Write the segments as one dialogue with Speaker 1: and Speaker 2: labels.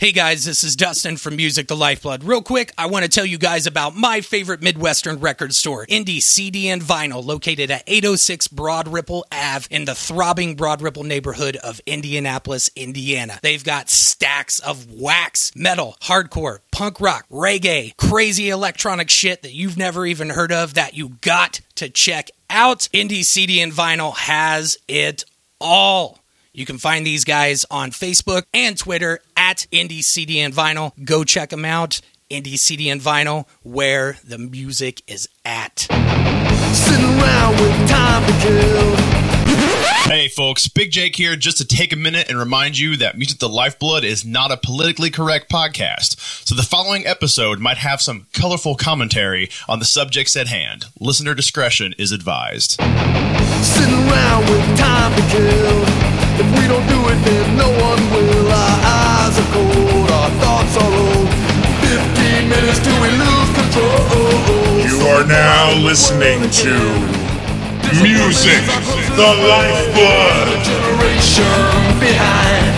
Speaker 1: Hey guys, this is Dustin from Music the Lifeblood. Real quick, I want to tell you guys about my favorite Midwestern record store, Indie CD and Vinyl, located at 806 Broad Ripple Ave in the throbbing Broad Ripple neighborhood of Indianapolis, Indiana. They've got stacks of wax, metal, hardcore, punk rock, reggae, crazy electronic shit that you've never even heard of that you got to check out. Indie CD and Vinyl has it all. You can find these guys on Facebook and Twitter at Indie CD and Vinyl. Go check them out. Indie CD and Vinyl, where the music is at.
Speaker 2: Sitting around with time to kill.
Speaker 3: Hey folks, Big Jake here just to take a minute and remind you that Music the Lifeblood is not a politically correct podcast. So the following episode might have some colorful commentary on the subjects at hand. Listener discretion is advised.
Speaker 2: Sitting around with time to kill. If we don't do it, then no one will. Our eyes are cold, our thoughts are old. Fifteen minutes till we lose control.
Speaker 4: You are now listening to Music, the Lifeblood.
Speaker 2: Generation behind,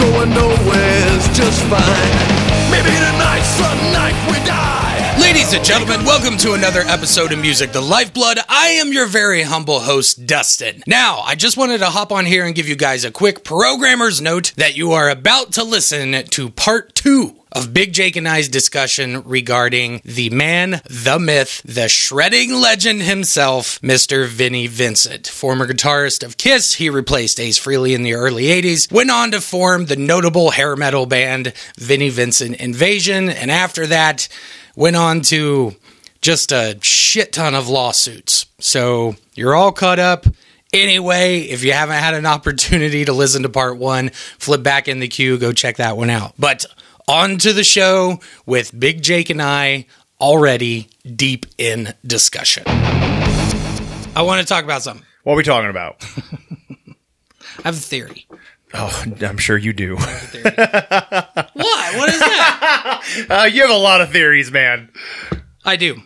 Speaker 2: going nowhere's just fine. Maybe tonight's the night we die.
Speaker 1: Ladies and gentlemen, welcome to another episode of Music the Lifeblood. I am your very humble host, Dustin. Now, I just wanted to hop on here and give you guys a quick programmer's note that you are about to listen to part two of Big Jake and I's discussion regarding the man, the myth, the shredding legend himself, Mr. Vinnie Vincent. Former guitarist of Kiss, he replaced Ace Frehley in the early 80s, went on to form the notable hair metal band Vinnie Vincent Invasion, and after that, went on to just a shit ton of lawsuits. So you're all caught up. Anyway, if you haven't had an opportunity to listen to part one, flip back in the queue, go check that one out. But on to the show with Big Jake and I already deep in discussion. I want to talk about something.
Speaker 5: What are we talking about?
Speaker 1: I have a theory.
Speaker 5: Oh, I'm sure you do.
Speaker 1: What? What is that?
Speaker 5: Uh, you have a lot of theories, man.
Speaker 1: I do.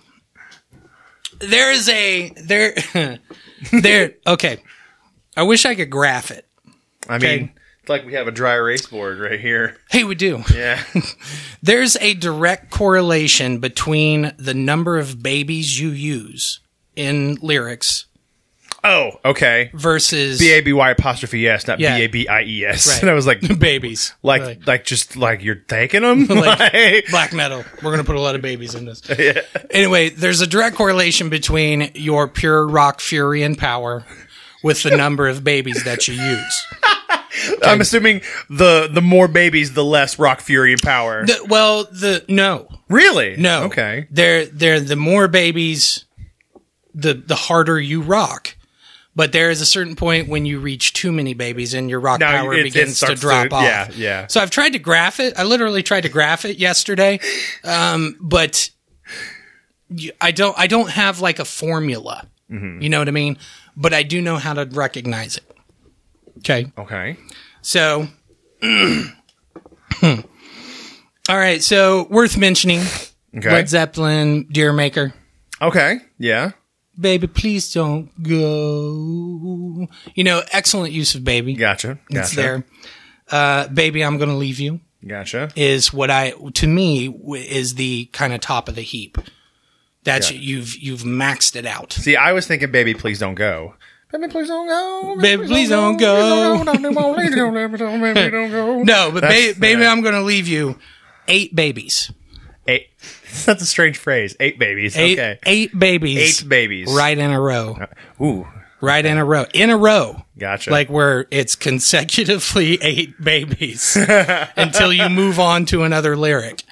Speaker 1: There is a there there okay. I wish I could graph it.
Speaker 5: I
Speaker 1: Okay.
Speaker 5: mean, it's like we have a dry erase board right here.
Speaker 1: Hey, we do.
Speaker 5: Yeah.
Speaker 1: There's a direct correlation between the number of babies you use in lyrics
Speaker 5: Oh, okay.
Speaker 1: versus
Speaker 5: B A B Y apostrophe S, not
Speaker 1: Yeah.
Speaker 5: B A B I E S.
Speaker 1: Right.
Speaker 5: And I was like,
Speaker 1: babies.
Speaker 5: like, like, just like you're taking them.
Speaker 1: Like-
Speaker 5: like,
Speaker 1: black metal. We're going to put a lot of babies in this. Anyway, there's a direct correlation between your pure rock fury and power with the number of babies that you use.
Speaker 5: I'm assuming the the more babies, the less rock fury and power.
Speaker 1: The- well, the no.
Speaker 5: really?
Speaker 1: No.
Speaker 5: Okay.
Speaker 1: They're they're the more babies, the the harder you rock. But there is a certain point when you reach too many babies and your rock
Speaker 5: No,
Speaker 1: power
Speaker 5: it- it
Speaker 1: begins to
Speaker 5: starts
Speaker 1: drop
Speaker 5: to-
Speaker 1: off.
Speaker 5: yeah, yeah.
Speaker 1: So I've tried to graph it. I literally tried to graph it yesterday, um, but you- I don't. I don't have like a formula.
Speaker 5: Mm-hmm.
Speaker 1: You know what I mean? But I do know how to recognize it. Okay.
Speaker 5: Okay.
Speaker 1: So, all right. So worth mentioning.
Speaker 5: Okay.
Speaker 1: Led Zeppelin, Deer Maker.
Speaker 5: okay. Yeah.
Speaker 1: Baby, please don't go. You know, excellent use of baby.
Speaker 5: Gotcha. Gotcha.
Speaker 1: It's there. Uh, baby, I'm going to leave you
Speaker 5: Gotcha.
Speaker 1: is what I, to me, w- is the kind of top of the heap. That's you've you've maxed it out.
Speaker 5: See, I was thinking, baby, please don't go. Baby, please don't go.
Speaker 1: Baby, please don't go.
Speaker 5: Don't do what I need to do. Baby, don't- baby, don't go.
Speaker 1: No, but ba-
Speaker 5: That's-
Speaker 1: baby,
Speaker 5: yeah.
Speaker 1: I'm going to leave you. Eight babies.
Speaker 5: Eight. That's a strange phrase. Eight babies.
Speaker 1: Eight,
Speaker 5: okay.
Speaker 1: eight babies.
Speaker 5: Eight babies.
Speaker 1: Right in a row.
Speaker 5: Ooh.
Speaker 1: Right in a row. In a row.
Speaker 5: Gotcha.
Speaker 1: Like where it's consecutively eight babies until you move on to another lyric.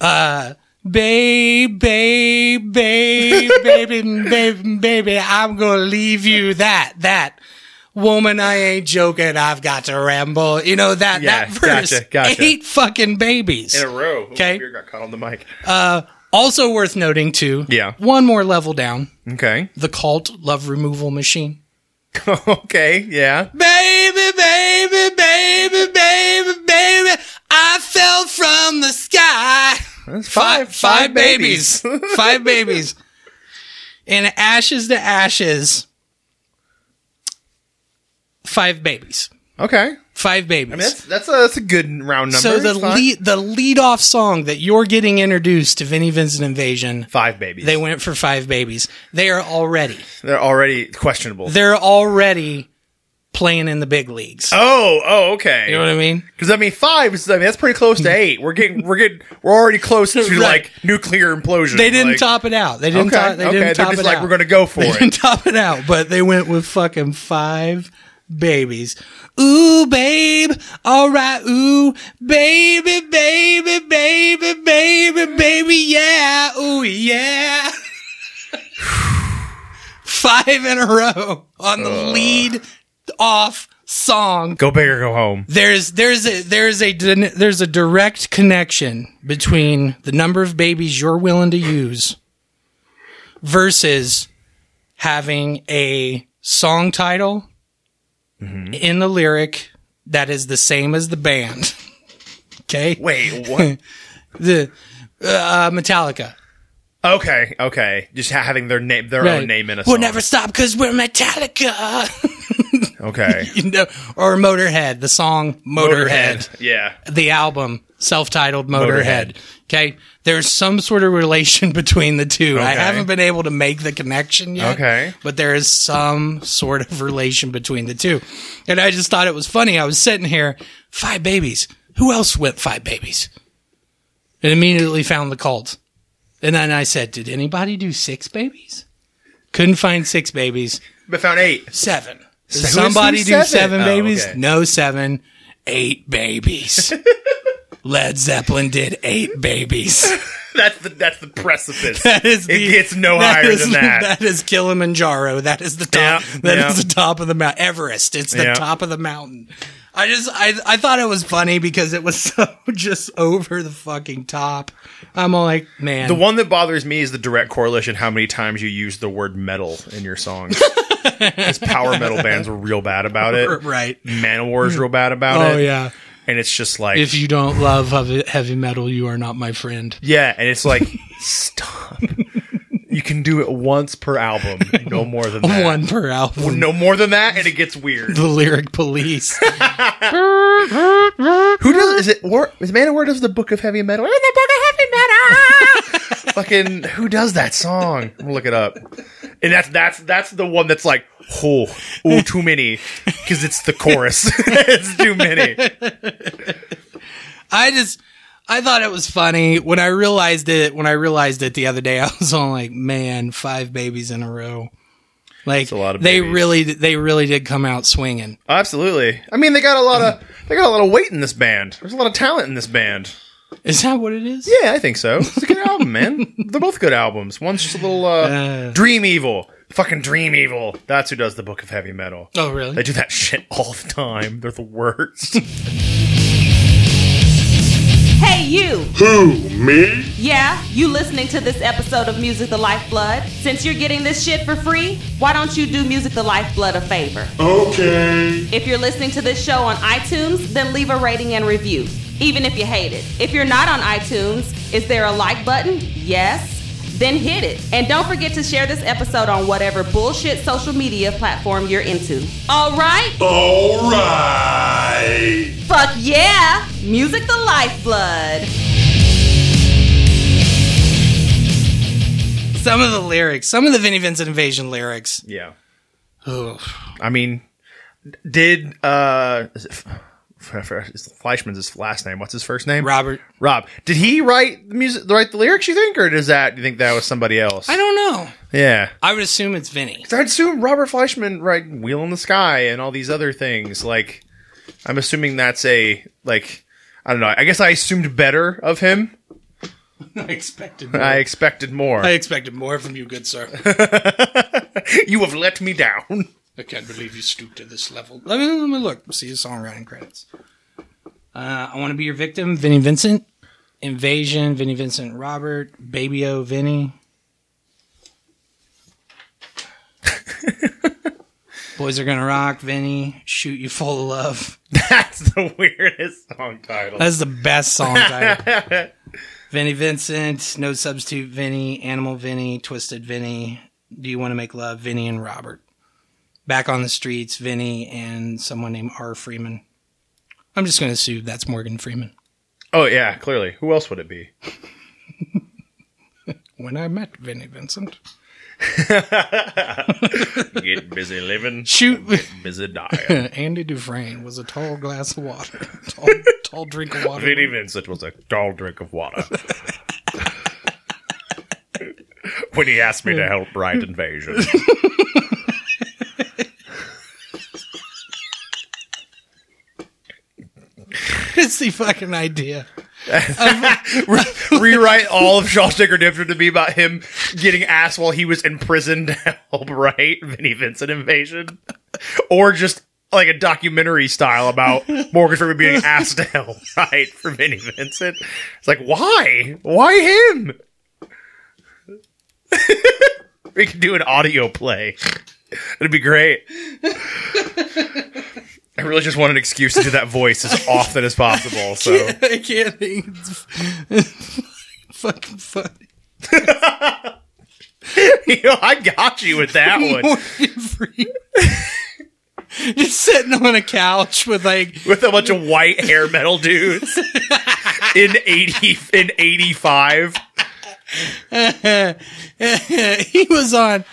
Speaker 1: Uh babe, babe, babe, baby, baby, baby, I'm gonna leave you that, that. Woman, I ain't joking. I've got to ramble. You know that
Speaker 5: Yeah,
Speaker 1: that verse.
Speaker 5: gotcha, gotcha.
Speaker 1: Eight fucking babies.
Speaker 5: in a row. Ooh, my
Speaker 1: Okay.
Speaker 5: beer got caught on the mic.
Speaker 1: Also worth noting too.
Speaker 5: Yeah.
Speaker 1: One more level down.
Speaker 5: Okay.
Speaker 1: The cult love removal machine.
Speaker 5: okay. Yeah.
Speaker 1: Baby, baby, baby, baby, baby, I fell from the sky.
Speaker 5: That's
Speaker 1: Five, five babies. five babies. And ashes to ashes. Five babies.
Speaker 5: okay.
Speaker 1: Five babies.
Speaker 5: I mean, that's that's a, that's a good round number.
Speaker 1: so the
Speaker 5: It's fine.
Speaker 1: lead, the lead off song that you're getting introduced to Vinnie Vincent Invasion,
Speaker 5: five babies.
Speaker 1: they went for five babies. They are already
Speaker 5: They're already questionable.
Speaker 1: they're already playing in the big leagues.
Speaker 5: oh, oh, okay.
Speaker 1: You know what I mean?
Speaker 5: Because I mean, five is I mean that's pretty close to eight. We're getting we're getting we're already close to
Speaker 1: Right.
Speaker 5: like nuclear implosion.
Speaker 1: They didn't
Speaker 5: like,
Speaker 1: top it out. They didn't.
Speaker 5: Okay,
Speaker 1: top, they
Speaker 5: okay.
Speaker 1: didn't
Speaker 5: They're
Speaker 1: top
Speaker 5: just
Speaker 1: it
Speaker 5: like
Speaker 1: out.
Speaker 5: we're gonna go for
Speaker 1: They
Speaker 5: it.
Speaker 1: didn't top it out, but they went with fucking five babies. Ooh, babe. All right. Ooh, baby, baby, baby, baby, baby. Yeah. Ooh, yeah. five in a row on the lead off song
Speaker 5: Go big or go home.
Speaker 1: there's there's a there's a din- there's a direct connection between the number of babies you're willing to use versus having a song title
Speaker 5: Mm-hmm.
Speaker 1: in the lyric that is the same as the band. Okay,
Speaker 5: Wait, what?
Speaker 1: the uh, Metallica.
Speaker 5: okay, okay. Just ha- having their name, their
Speaker 1: Right.
Speaker 5: own Oh, name in a song.
Speaker 1: We'll never stop because we're Metallica.
Speaker 5: Okay.
Speaker 1: you know, or Motorhead, the song Motorhead.
Speaker 5: Yeah.
Speaker 1: the album self-titled Motorhead.
Speaker 5: Motorhead.
Speaker 1: Okay, there's some sort of relation between the two. I
Speaker 5: Okay.
Speaker 1: haven't been able to make the connection yet.
Speaker 5: Okay.
Speaker 1: but there is some sort of relation between the two, and I just thought it was funny. I was sitting here, five babies. Who else went five babies? And immediately found the cult. And then I said, "Did anybody do six babies?" Couldn't find six babies.
Speaker 5: But found eight.
Speaker 1: Seven. Did
Speaker 5: who's
Speaker 1: somebody
Speaker 5: who's
Speaker 1: do seven,
Speaker 5: seven? Oh,
Speaker 1: babies?
Speaker 5: okay.
Speaker 1: No, seven. Eight babies. Led Zeppelin did eight babies.
Speaker 5: That's the that's the precipice.
Speaker 1: That is the,
Speaker 5: it gets no
Speaker 1: that
Speaker 5: higher
Speaker 1: is-
Speaker 5: than that.
Speaker 1: That is Kilimanjaro. That is the top. That
Speaker 5: Yeah,
Speaker 1: is
Speaker 5: yeah.
Speaker 1: the top of the mount. Everest. It's the
Speaker 5: Yeah.
Speaker 1: top of the mountain. I just I I thought it was funny because it was so just over the fucking top. I'm all like, man,
Speaker 5: The one that bothers me is the direct correlation how many times you use the word metal in your songs. Because power metal bands were real bad about it.
Speaker 1: right?
Speaker 5: Manowar's real bad about it.
Speaker 1: Oh yeah.
Speaker 5: And it's just like
Speaker 1: If you don't love heavy- heavy metal, you are not my friend.
Speaker 5: Yeah, and it's like stop. You can do it once per album, no more than that.
Speaker 1: One per album.
Speaker 5: No more than that, and it gets weird.
Speaker 1: the lyric police.
Speaker 5: Who does? Is it? War, is Manowar does the Book of Heavy Metal? We're in the Book of Heavy Metal. Fucking who does that song? I'm gonna look it up. And that's that's that's the one that's like, oh, ooh, too many, because it's the chorus. it's too many.
Speaker 1: I just I thought it was funny when I realized it when I realized it the other day. I was all like, man, five babies in a row. Like
Speaker 5: a lot of
Speaker 1: they
Speaker 5: babies. Uh,
Speaker 1: really they really did come out swinging.
Speaker 5: Absolutely. I mean, they got a lot of they got a lot of weight in this band. There's a lot of talent in this band.
Speaker 1: Is that what it is?
Speaker 5: Yeah, I think so. It's a good album, man. They're both good albums. One's just a little uh, Dream Evil. Fucking Dream Evil. That's who does the Book of Heavy Metal.
Speaker 1: Oh really?
Speaker 5: They do that shit all the time. They're the worst.
Speaker 6: Hey, you!
Speaker 4: Who, me?
Speaker 6: Yeah, you listening to this episode of Music the Lifeblood? Since you're getting this shit for free, why don't you do Music the Lifeblood a favor?
Speaker 4: Okay.
Speaker 6: If you're listening to this show on iTunes, then leave a rating and review, even if you hate it. If you're not on iTunes, is there a like button? Yes. Then hit it. And don't forget to share this episode on whatever bullshit social media platform you're into. All right?
Speaker 4: All right.
Speaker 6: Fuck yeah! Music the Lifeblood.
Speaker 1: Some of the lyrics, some of the Vinnie Vincent Invasion lyrics.
Speaker 5: yeah.
Speaker 1: Ugh.
Speaker 5: I mean, did uh, is it, it's Fleischman's his last name? What's his first name?
Speaker 1: Robert.
Speaker 5: Rob. Did he write the music? Write the lyrics? You think, or does that? You think that was somebody else?
Speaker 1: I don't know.
Speaker 5: yeah.
Speaker 1: I would assume it's Vinnie.
Speaker 5: I'd assume Robert Fleischman write Wheel in the Sky and all these other things. Like, I'm assuming that's a, like, I don't know. I guess I assumed better of him.
Speaker 1: I expected
Speaker 5: I expected more.
Speaker 1: I expected more from you, good sir.
Speaker 5: you have let me down.
Speaker 1: I can't believe you stooped to this level. Let me, let me look. See his songwriting credits. Uh, I want to be your victim, Vinnie Vincent. Invasion, Vinnie Vincent, Robert, Baby O, Vinnie. Boys are gonna rock, Vinnie. Shoot you full of love.
Speaker 5: That's the weirdest song title.
Speaker 1: That's the best song title. Vinnie Vincent, No Substitute, Vinnie, Animal Vinnie, Twisted Vinnie. Do you want to make love, Vinnie and Robert? Back on the streets, Vinnie and someone named R. Freeman.
Speaker 7: I'm just going to assume that's Morgan Freeman.
Speaker 5: Oh yeah, clearly. Who else would it be?
Speaker 7: When I met Vinnie Vincent.
Speaker 5: Get busy living,
Speaker 7: Shoot.
Speaker 5: busy dying.
Speaker 7: Andy Dufresne was a tall glass of water, tall, tall drink of water.
Speaker 5: Vinnie Vincent was a tall drink of water. when he asked me to help Bright Invasion.
Speaker 7: It's the fucking idea.
Speaker 5: Rewrite all of Shawshank Redemption to be about him getting asked while he was in prison to help write Vinnie Vincent Invasion. Or just like a documentary style about Morgan Freeman being asked to help write for Vinnie Vincent. It's like, why? Why him? we could do an audio play. It'd be great. I really just want an excuse to do that voice as often as possible. So
Speaker 7: I can't think. It's fucking funny.
Speaker 5: you know, I got you with that one.
Speaker 7: Morgan Freeman. Just sitting on a couch with like
Speaker 5: with a bunch of white hair metal dudes in eighty in eighty five.
Speaker 7: he was on.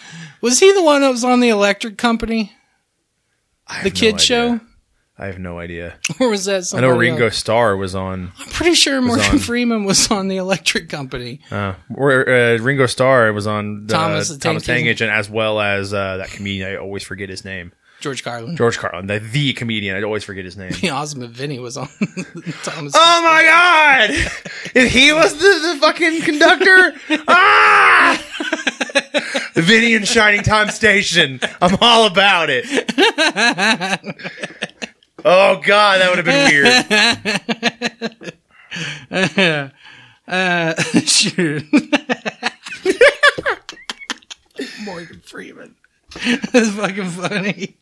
Speaker 7: Was he the one that was on the Electric Company, the kid show, Oh,
Speaker 5: I have no idea.
Speaker 7: or was that
Speaker 5: I
Speaker 7: somebody
Speaker 5: know Ringo
Speaker 7: else?
Speaker 5: Starr was on,
Speaker 7: I'm pretty sure Morgan
Speaker 5: on-
Speaker 7: Freeman was on the Electric Company.
Speaker 5: uh, or uh, Ringo Starr was on uh, Thomas
Speaker 7: Thomas the
Speaker 5: the
Speaker 7: Tank
Speaker 5: Tank
Speaker 7: Engine.
Speaker 5: Engine, as well as uh, that comedian. I always forget his name.
Speaker 7: George Carlin.
Speaker 5: George Carlin, the, the comedian. I always forget his name.
Speaker 7: The Osmond Vinny was on Thomas.
Speaker 5: Oh my god! If he was the, the fucking conductor, ah! Vinny and Shining Time Station. I'm all about it. Oh god, that would have been weird.
Speaker 7: Shoot. Morgan Freeman. That's fucking funny.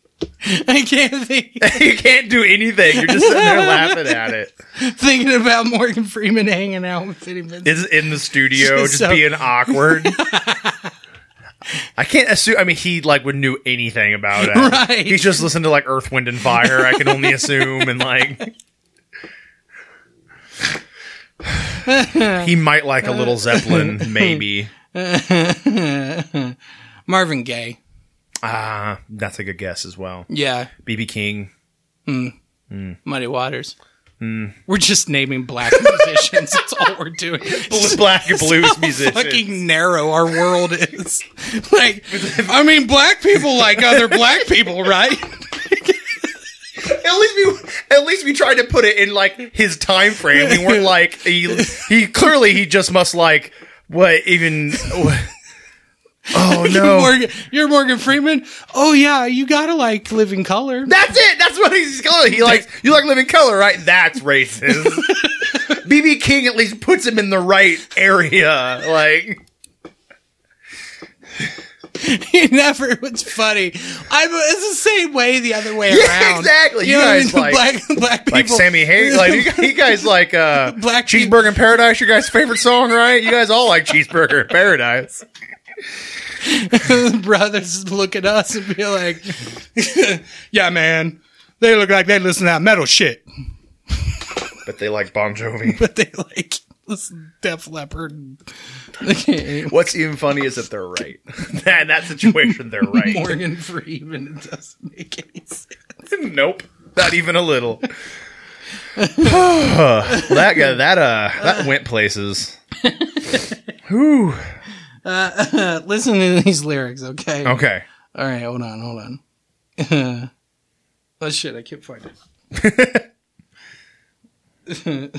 Speaker 7: I can't think
Speaker 5: you can't do anything. You're just sitting there laughing at it.
Speaker 7: thinking about Morgan Freeman hanging out with Vinny Vincent.
Speaker 5: It's in the studio, just
Speaker 7: So-
Speaker 5: being awkward. I can't assume. I mean, he like would knew anything about it.
Speaker 7: Right.
Speaker 5: He's just listened to like Earth, Wind, and Fire. I can only assume, and like he might like a little Zeppelin, maybe.
Speaker 7: Marvin Gaye.
Speaker 5: Ah, that's a good guess as well.
Speaker 7: Yeah.
Speaker 5: BB King.
Speaker 7: Muddy Waters. We're just naming black musicians. That's all we're doing. Just
Speaker 5: Black blues musician.
Speaker 7: fucking narrow our world is. Like, I mean, black people like other black people, right?
Speaker 5: At least we, at least we tried to put it in like his time frame. We weren't like he, he clearly he just must like what even. What, oh no!
Speaker 7: Morgan, you're Morgan Freeman. Oh yeah, you gotta like Living Color.
Speaker 5: That's it. That's what he's calling. He likes you like living color, right? That's racist. BB King at least puts him in the right area. Like
Speaker 7: He never. It's funny. I. It's the same way the other way
Speaker 5: Yeah,
Speaker 7: around.
Speaker 5: exactly. You
Speaker 7: know what I
Speaker 5: guys,
Speaker 7: mean?
Speaker 5: like-
Speaker 7: black black people.
Speaker 5: like Sammy Hayes. Like you, guys- you guys like uh
Speaker 7: Black people-
Speaker 5: Cheeseburger in Paradise. Your guys' favorite song, right? You guys all like Cheeseburger in Paradise.
Speaker 7: brothers look at us and be like, "Yeah, man, they look like they listen to that metal shit,
Speaker 5: But they like Bon Jovi.
Speaker 7: but they like listen to Def Leppard." Okay.
Speaker 5: What's even funny is that they're right. In that situation, they're right.
Speaker 7: Morgan Freeman it doesn't make any sense.
Speaker 5: nope, not even a little. well, that guy, that uh, that went places. Whew.
Speaker 7: Uh, listen to these lyrics, okay?
Speaker 5: Okay.
Speaker 7: All right, hold on, hold on. oh shit, I can't find it.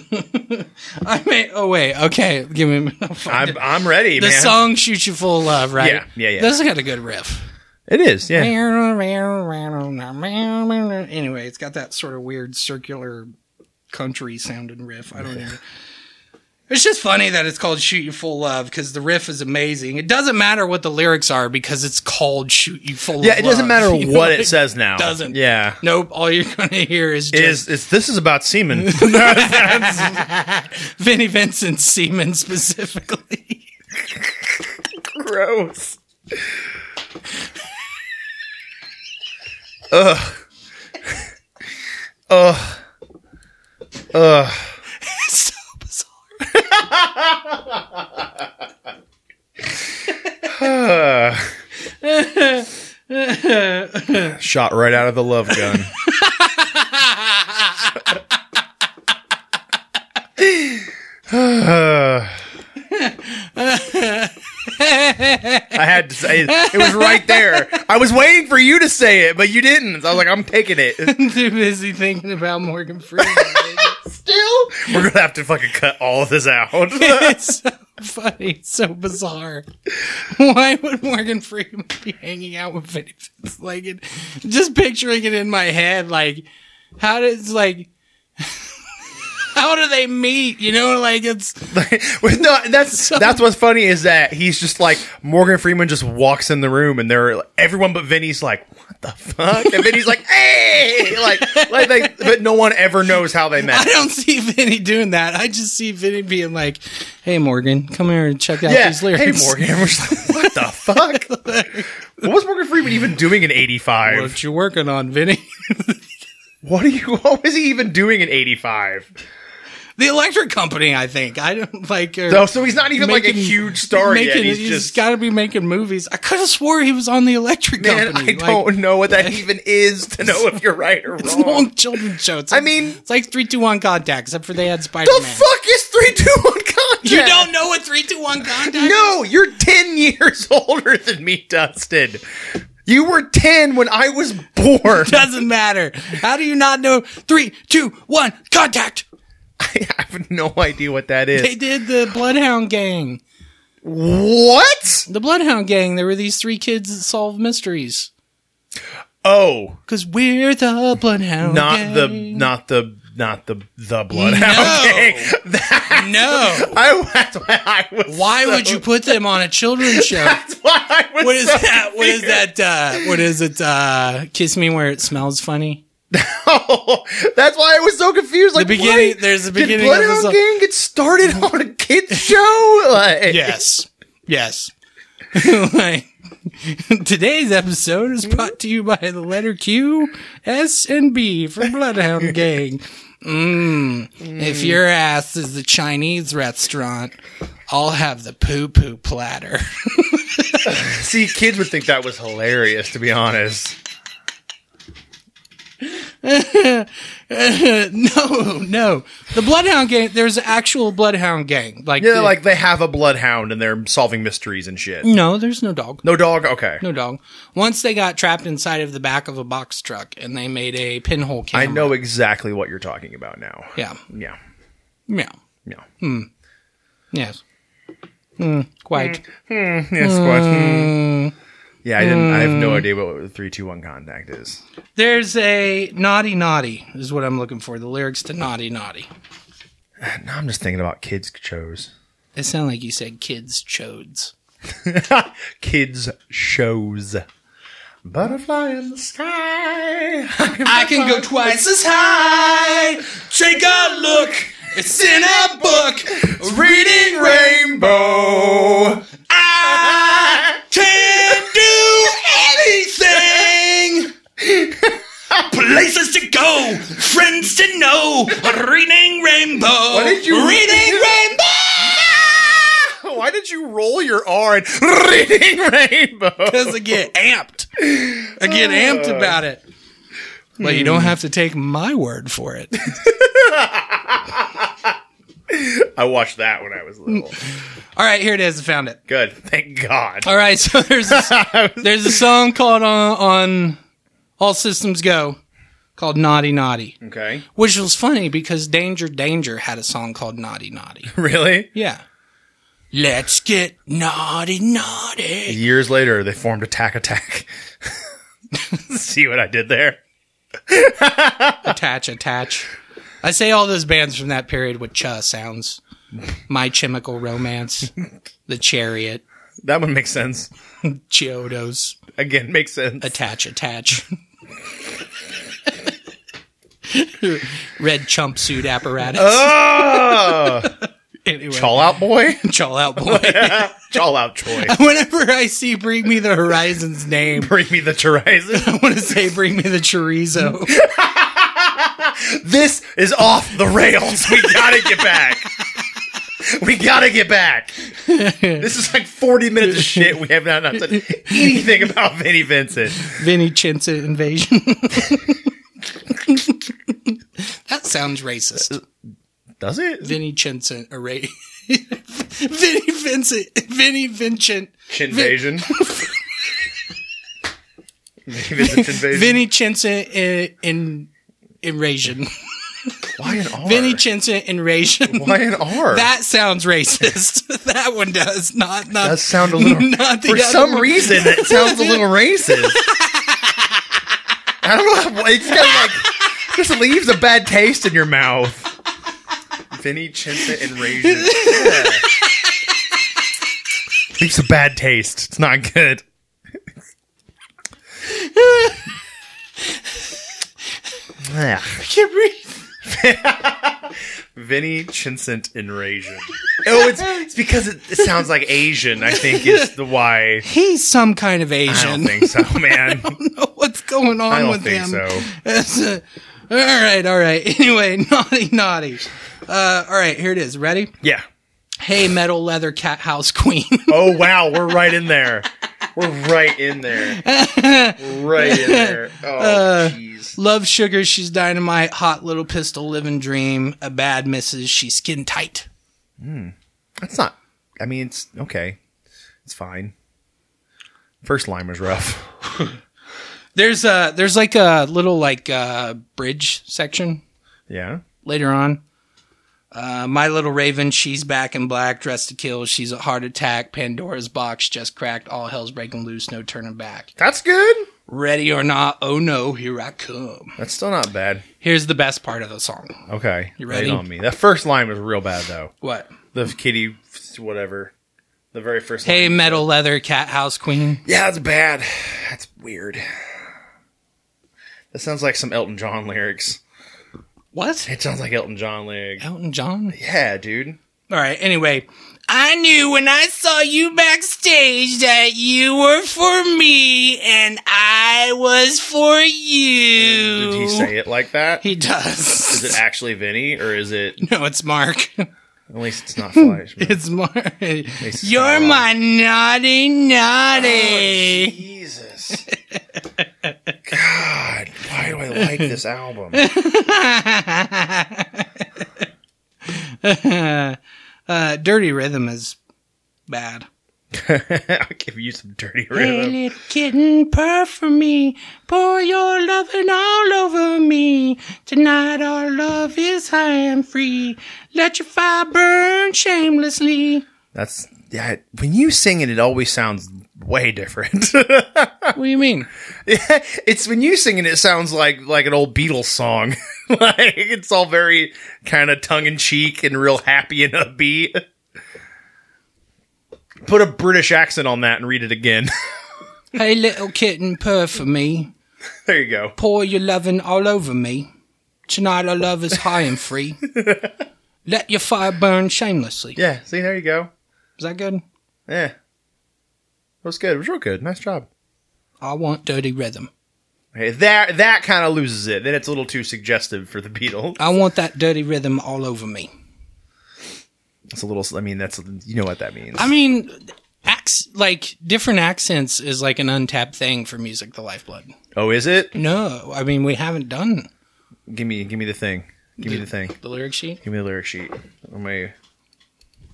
Speaker 7: I may. Oh wait. Okay, give me. a minute, I'll find
Speaker 5: I'm
Speaker 7: it.
Speaker 5: I'm ready,
Speaker 7: The
Speaker 5: man.
Speaker 7: song "Shoot You Full of Love," right?
Speaker 5: Yeah, yeah, yeah.
Speaker 7: This got a good riff.
Speaker 5: It is, yeah.
Speaker 7: Anyway, it's got that sort of weird circular country sounding riff. I don't know. It's just funny that it's called Shoot You Full Love because the riff is amazing. It doesn't matter what the lyrics are because it's called Shoot You Full of
Speaker 5: Yeah, it doesn't
Speaker 7: Love.
Speaker 5: matter
Speaker 7: You know,
Speaker 5: what
Speaker 7: like,
Speaker 5: it says now.
Speaker 7: doesn't.
Speaker 5: Yeah.
Speaker 7: Nope, all you're going to hear is
Speaker 5: It
Speaker 7: just
Speaker 5: is it's this is about semen.
Speaker 7: Vinnie Vincent Seaman specifically.
Speaker 5: Gross. Ugh. Ugh. Ugh.
Speaker 1: It's so bizarre.
Speaker 5: Shot right out of the love gun. I had to say it. It was right there. I was waiting for you to say it, but you didn't. So I was like, I'm taking it.
Speaker 1: I'm too busy thinking about Morgan Freeman.
Speaker 5: Still, we're gonna have to fucking cut all of this out.
Speaker 1: it's so funny, it's so bizarre. Why would Morgan Freeman be hanging out with Vinny Fitzlegged? Just picturing it in my head, like how does like how do they meet? You know, like it's
Speaker 5: Well, no, that's that's what's funny is that he's just like Morgan Freeman just walks in the room and they're like, everyone but Vinny's like, what the fuck? And Vinny's like, hey, like like they, but no one ever knows how they
Speaker 1: I
Speaker 5: met.
Speaker 1: don't see Vinny doing that. I just see Vinny being like, "Hey Morgan, come here and check out
Speaker 5: Yeah,
Speaker 1: these lyrics."
Speaker 5: hey Morgan, we're just like, what the fuck? what was Morgan Freeman even doing in '85?
Speaker 1: What you working on, Vinny?
Speaker 5: What are you? What was he even doing in '85?
Speaker 1: the electric company, I think. I don't like. or-
Speaker 5: So, so he's not even like a
Speaker 1: Making-
Speaker 5: huge star
Speaker 1: making,
Speaker 5: yet. He's,
Speaker 1: He's,
Speaker 5: just
Speaker 1: got to be making movies. I could have swore he was on the Electric
Speaker 5: man.
Speaker 1: Company.
Speaker 5: I don't know what that even is to know if you're right or
Speaker 1: It's
Speaker 5: wrong.
Speaker 1: an old children's show. It's
Speaker 5: I
Speaker 1: like-
Speaker 5: mean-
Speaker 1: it's like three, two, one contact, except for they had Spider
Speaker 5: the
Speaker 1: Man.
Speaker 5: fuck is three two one contact?
Speaker 1: You don't know what three, two, one contact? is?
Speaker 5: No, you're 10 years older than me, Dustin. You were 10 when I was born.
Speaker 1: doesn't matter. How do you not know three, two, one contact?
Speaker 5: I have no idea what that
Speaker 1: They
Speaker 5: is.
Speaker 1: did the Bloodhound Gang.
Speaker 5: What?
Speaker 1: The Bloodhound Gang. There were these three kids that solved mysteries.
Speaker 5: Oh,
Speaker 1: Cause we're the Bloodhound.
Speaker 5: not
Speaker 1: Gang.
Speaker 5: the, not the, not the, the bloodhound.
Speaker 1: No.
Speaker 5: gang. That-
Speaker 1: no.
Speaker 5: I, that's why I was.
Speaker 1: Why
Speaker 5: so-
Speaker 1: would you put them on a children's show?
Speaker 5: That's why I was.
Speaker 1: What is
Speaker 5: so
Speaker 1: that? What is
Speaker 5: confused.
Speaker 1: that? Uh, what is it? Uh, Kiss me where it smells funny.
Speaker 5: Oh, that's why I was so confused. Like
Speaker 1: beginning-
Speaker 5: why
Speaker 1: there's the beginning
Speaker 5: Did
Speaker 1: of the
Speaker 5: Bloodhound
Speaker 1: song.
Speaker 5: Gang get started on a kids show? Like,
Speaker 1: Yes, yes. like, today's episode is brought to you by the letter Q, S, and B for Bloodhound Gang. Mm. If your ass is the Chinese restaurant, I'll have the poo poo platter.
Speaker 5: See, kids would think that was hilarious. To be honest.
Speaker 1: no, no. The Bloodhound Gang. There's an actual Bloodhound Gang. Like
Speaker 5: Yeah,
Speaker 1: the-
Speaker 5: like they have a bloodhound and they're solving mysteries and shit.
Speaker 7: Mm.
Speaker 1: no, there's no dog.
Speaker 5: No dog? Okay.
Speaker 1: No dog. Once they got trapped inside of the back of a box truck and they made a pinhole camera.
Speaker 5: I know exactly what you're talking about now.
Speaker 1: Yeah.
Speaker 5: Yeah.
Speaker 1: Yeah. Hmm.
Speaker 5: Yeah.
Speaker 1: Yes. Mm, quite.
Speaker 5: Yeah, squad. Hmm. Yeah, I didn't I have no idea what the three two one contact is.
Speaker 1: There's a naughty naughty is what I'm looking for. The lyrics to naughty naughty.
Speaker 5: No, I'm just thinking about kids shows.
Speaker 1: It sounded like you said kids chodes.
Speaker 5: Kids shows. Butterfly in the sky.
Speaker 1: I can go twice as high. Take a look. It's in a book. Reading
Speaker 5: Rainbow.
Speaker 1: I can do anything. Places to go, friends to know, a reading rainbow. What
Speaker 5: did you-
Speaker 1: reading rainbow?
Speaker 5: Why did you roll your R and reading rainbow?
Speaker 1: Because I get amped. I get amped about it. Uh. Well, you don't have to take my word for it.
Speaker 5: I watched that when I was little.
Speaker 1: All right, here it is. I found it.
Speaker 5: Good. Thank God.
Speaker 1: All right, so there's a, there's a song called on, on All Systems Go called Naughty Naughty,
Speaker 5: Okay.
Speaker 1: which was funny because Danger Danger had a song called Naughty Naughty.
Speaker 5: Really?
Speaker 1: Yeah. Let's get naughty naughty.
Speaker 5: Years later, they formed Attack Attack. See what I did there?
Speaker 1: Attach, attach. I say all those bands from that period with cha sounds. My Chemical Romance, The Chariot,
Speaker 5: That one makes sense.
Speaker 1: Chiodos,
Speaker 5: Again, makes sense.
Speaker 1: Attach, attach. Red chump suit apparatus. Ah!
Speaker 5: Oh!
Speaker 1: anyway,
Speaker 5: Call out boy?
Speaker 1: Chol out boy.
Speaker 5: Call out Troy.
Speaker 1: Whenever I see Bring Me the Horizon's name,
Speaker 5: Bring me the horizon.
Speaker 1: I want to say Bring Me the Chorizo.
Speaker 5: This is off the rails. We gotta get back. We gotta get back. This is like 40 minutes of shit. We have not, not said anything about Vinnie Vincent.
Speaker 1: Vinny Chinta invasion. that sounds racist.
Speaker 5: Does it?
Speaker 1: Vinny Chinta array. Vinny Vincent. Vinny Vincent.
Speaker 5: Chinvasion. Vinnie Vincent Chinvasion.
Speaker 1: Vinny Chinta in, in invasion.
Speaker 5: Why an R?
Speaker 1: Vinny Chinta invasion.
Speaker 5: Why an R?
Speaker 1: That sounds racist. that one does not. Not
Speaker 5: does sound a little.
Speaker 1: Not the
Speaker 5: for
Speaker 1: other
Speaker 5: some
Speaker 1: one.
Speaker 5: reason, it sounds a little racist. I don't know. why- It's kind of like just leaves a bad taste in your mouth. Vinny Chinta and Raisin. Yeah. leaves a bad taste. It's not good. Yeah.
Speaker 1: I can't breathe.
Speaker 5: Vinny Chincent and Raisin. Oh, it's, it's because it, it sounds like Asian, I think, is the why.
Speaker 1: He's some kind of Asian.
Speaker 5: I don't think so, man.
Speaker 1: know what's going on
Speaker 5: I don't
Speaker 1: with
Speaker 5: think
Speaker 1: them.
Speaker 5: so.
Speaker 1: That's a- all right, all right. Anyway, naughty, naughty. Uh, all right, here it is. Ready?
Speaker 5: Yeah.
Speaker 1: Hey, metal leather cat house queen.
Speaker 5: Oh wow, we're right in there. We're right in there. We're right in there.
Speaker 1: Uh,
Speaker 5: Oh jeez.
Speaker 1: Love sugar, she's dynamite. Hot little pistol, living dream. A bad missus, she's skin tight.
Speaker 5: That's not. I mean, it's okay. It's fine. First line was rough.
Speaker 1: There's a there's like a little like uh, bridge section
Speaker 5: Yeah.
Speaker 1: later on. Uh, My Little Raven, she's back in black, dressed to kill. She's a heart attack. Pandora's box just cracked. All hell's breaking loose. No turning back.
Speaker 5: That's good.
Speaker 1: Ready or not, oh no, here I come.
Speaker 5: That's still not bad.
Speaker 1: Here's the best part of the song.
Speaker 5: Okay.
Speaker 1: You ready?
Speaker 5: Lay it on me. That first line was real bad though.
Speaker 1: What?
Speaker 5: The kitty, whatever. The very first.
Speaker 1: Hey,
Speaker 5: Line.
Speaker 1: metal leather cat house queen.
Speaker 5: Yeah, that's bad. That's weird. That sounds like some Elton John lyrics.
Speaker 1: What?
Speaker 5: It sounds like Elton John lyrics.
Speaker 1: Elton John?
Speaker 5: Yeah, dude.
Speaker 1: All right, anyway. I knew when I saw you backstage that you were for me and I was for you.
Speaker 5: Did he say it like that?
Speaker 1: He
Speaker 5: Is
Speaker 1: does.
Speaker 5: it actually Vinny or is it
Speaker 1: no, it's Mark.
Speaker 5: at least it's not Fleisch? man.
Speaker 1: It's Mark.
Speaker 5: it's
Speaker 1: You're
Speaker 5: not.
Speaker 1: my naughty, naughty.
Speaker 5: Jesus. God, why do I like this album?
Speaker 1: uh, Dirty Rhythm is bad.
Speaker 5: I'll give you some dirty rhythm.
Speaker 1: little kitten, purr for me. Pour your loving all over me. Tonight our love is high and free. Let your fire burn shamelessly.
Speaker 5: That's yeah. When you sing it, it always sounds way different.
Speaker 1: What do you mean?
Speaker 5: it's when you sing it, it sounds like like an old Beatles song. like it's all very kind of tongue in cheek and real happy and upbeat. Put a British accent on that and read it again.
Speaker 1: Hey, little kitten, purr for me.
Speaker 5: there you go.
Speaker 1: Pour your loving all over me. Tonight our love is high and free. Let your fire burn shamelessly.
Speaker 5: Yeah, see, there you go.
Speaker 1: Is that good?
Speaker 5: Yeah. It was good. It was real good. Nice job.
Speaker 1: Oh, I want dirty rhythm.
Speaker 5: Okay, that that kind of loses it. Then it's a little too suggestive for the Beatles.
Speaker 1: I want that dirty rhythm all over me.
Speaker 5: It's a little. I mean, that's you know what that means.
Speaker 1: I mean, acts like different accents is like an untapped thing for music. The lifeblood.
Speaker 5: oh, is it?
Speaker 1: No, I mean we haven't done
Speaker 5: Give me, give me the thing. Give me the thing.
Speaker 1: the lyric sheet.
Speaker 5: Give me the lyric sheet. Let me.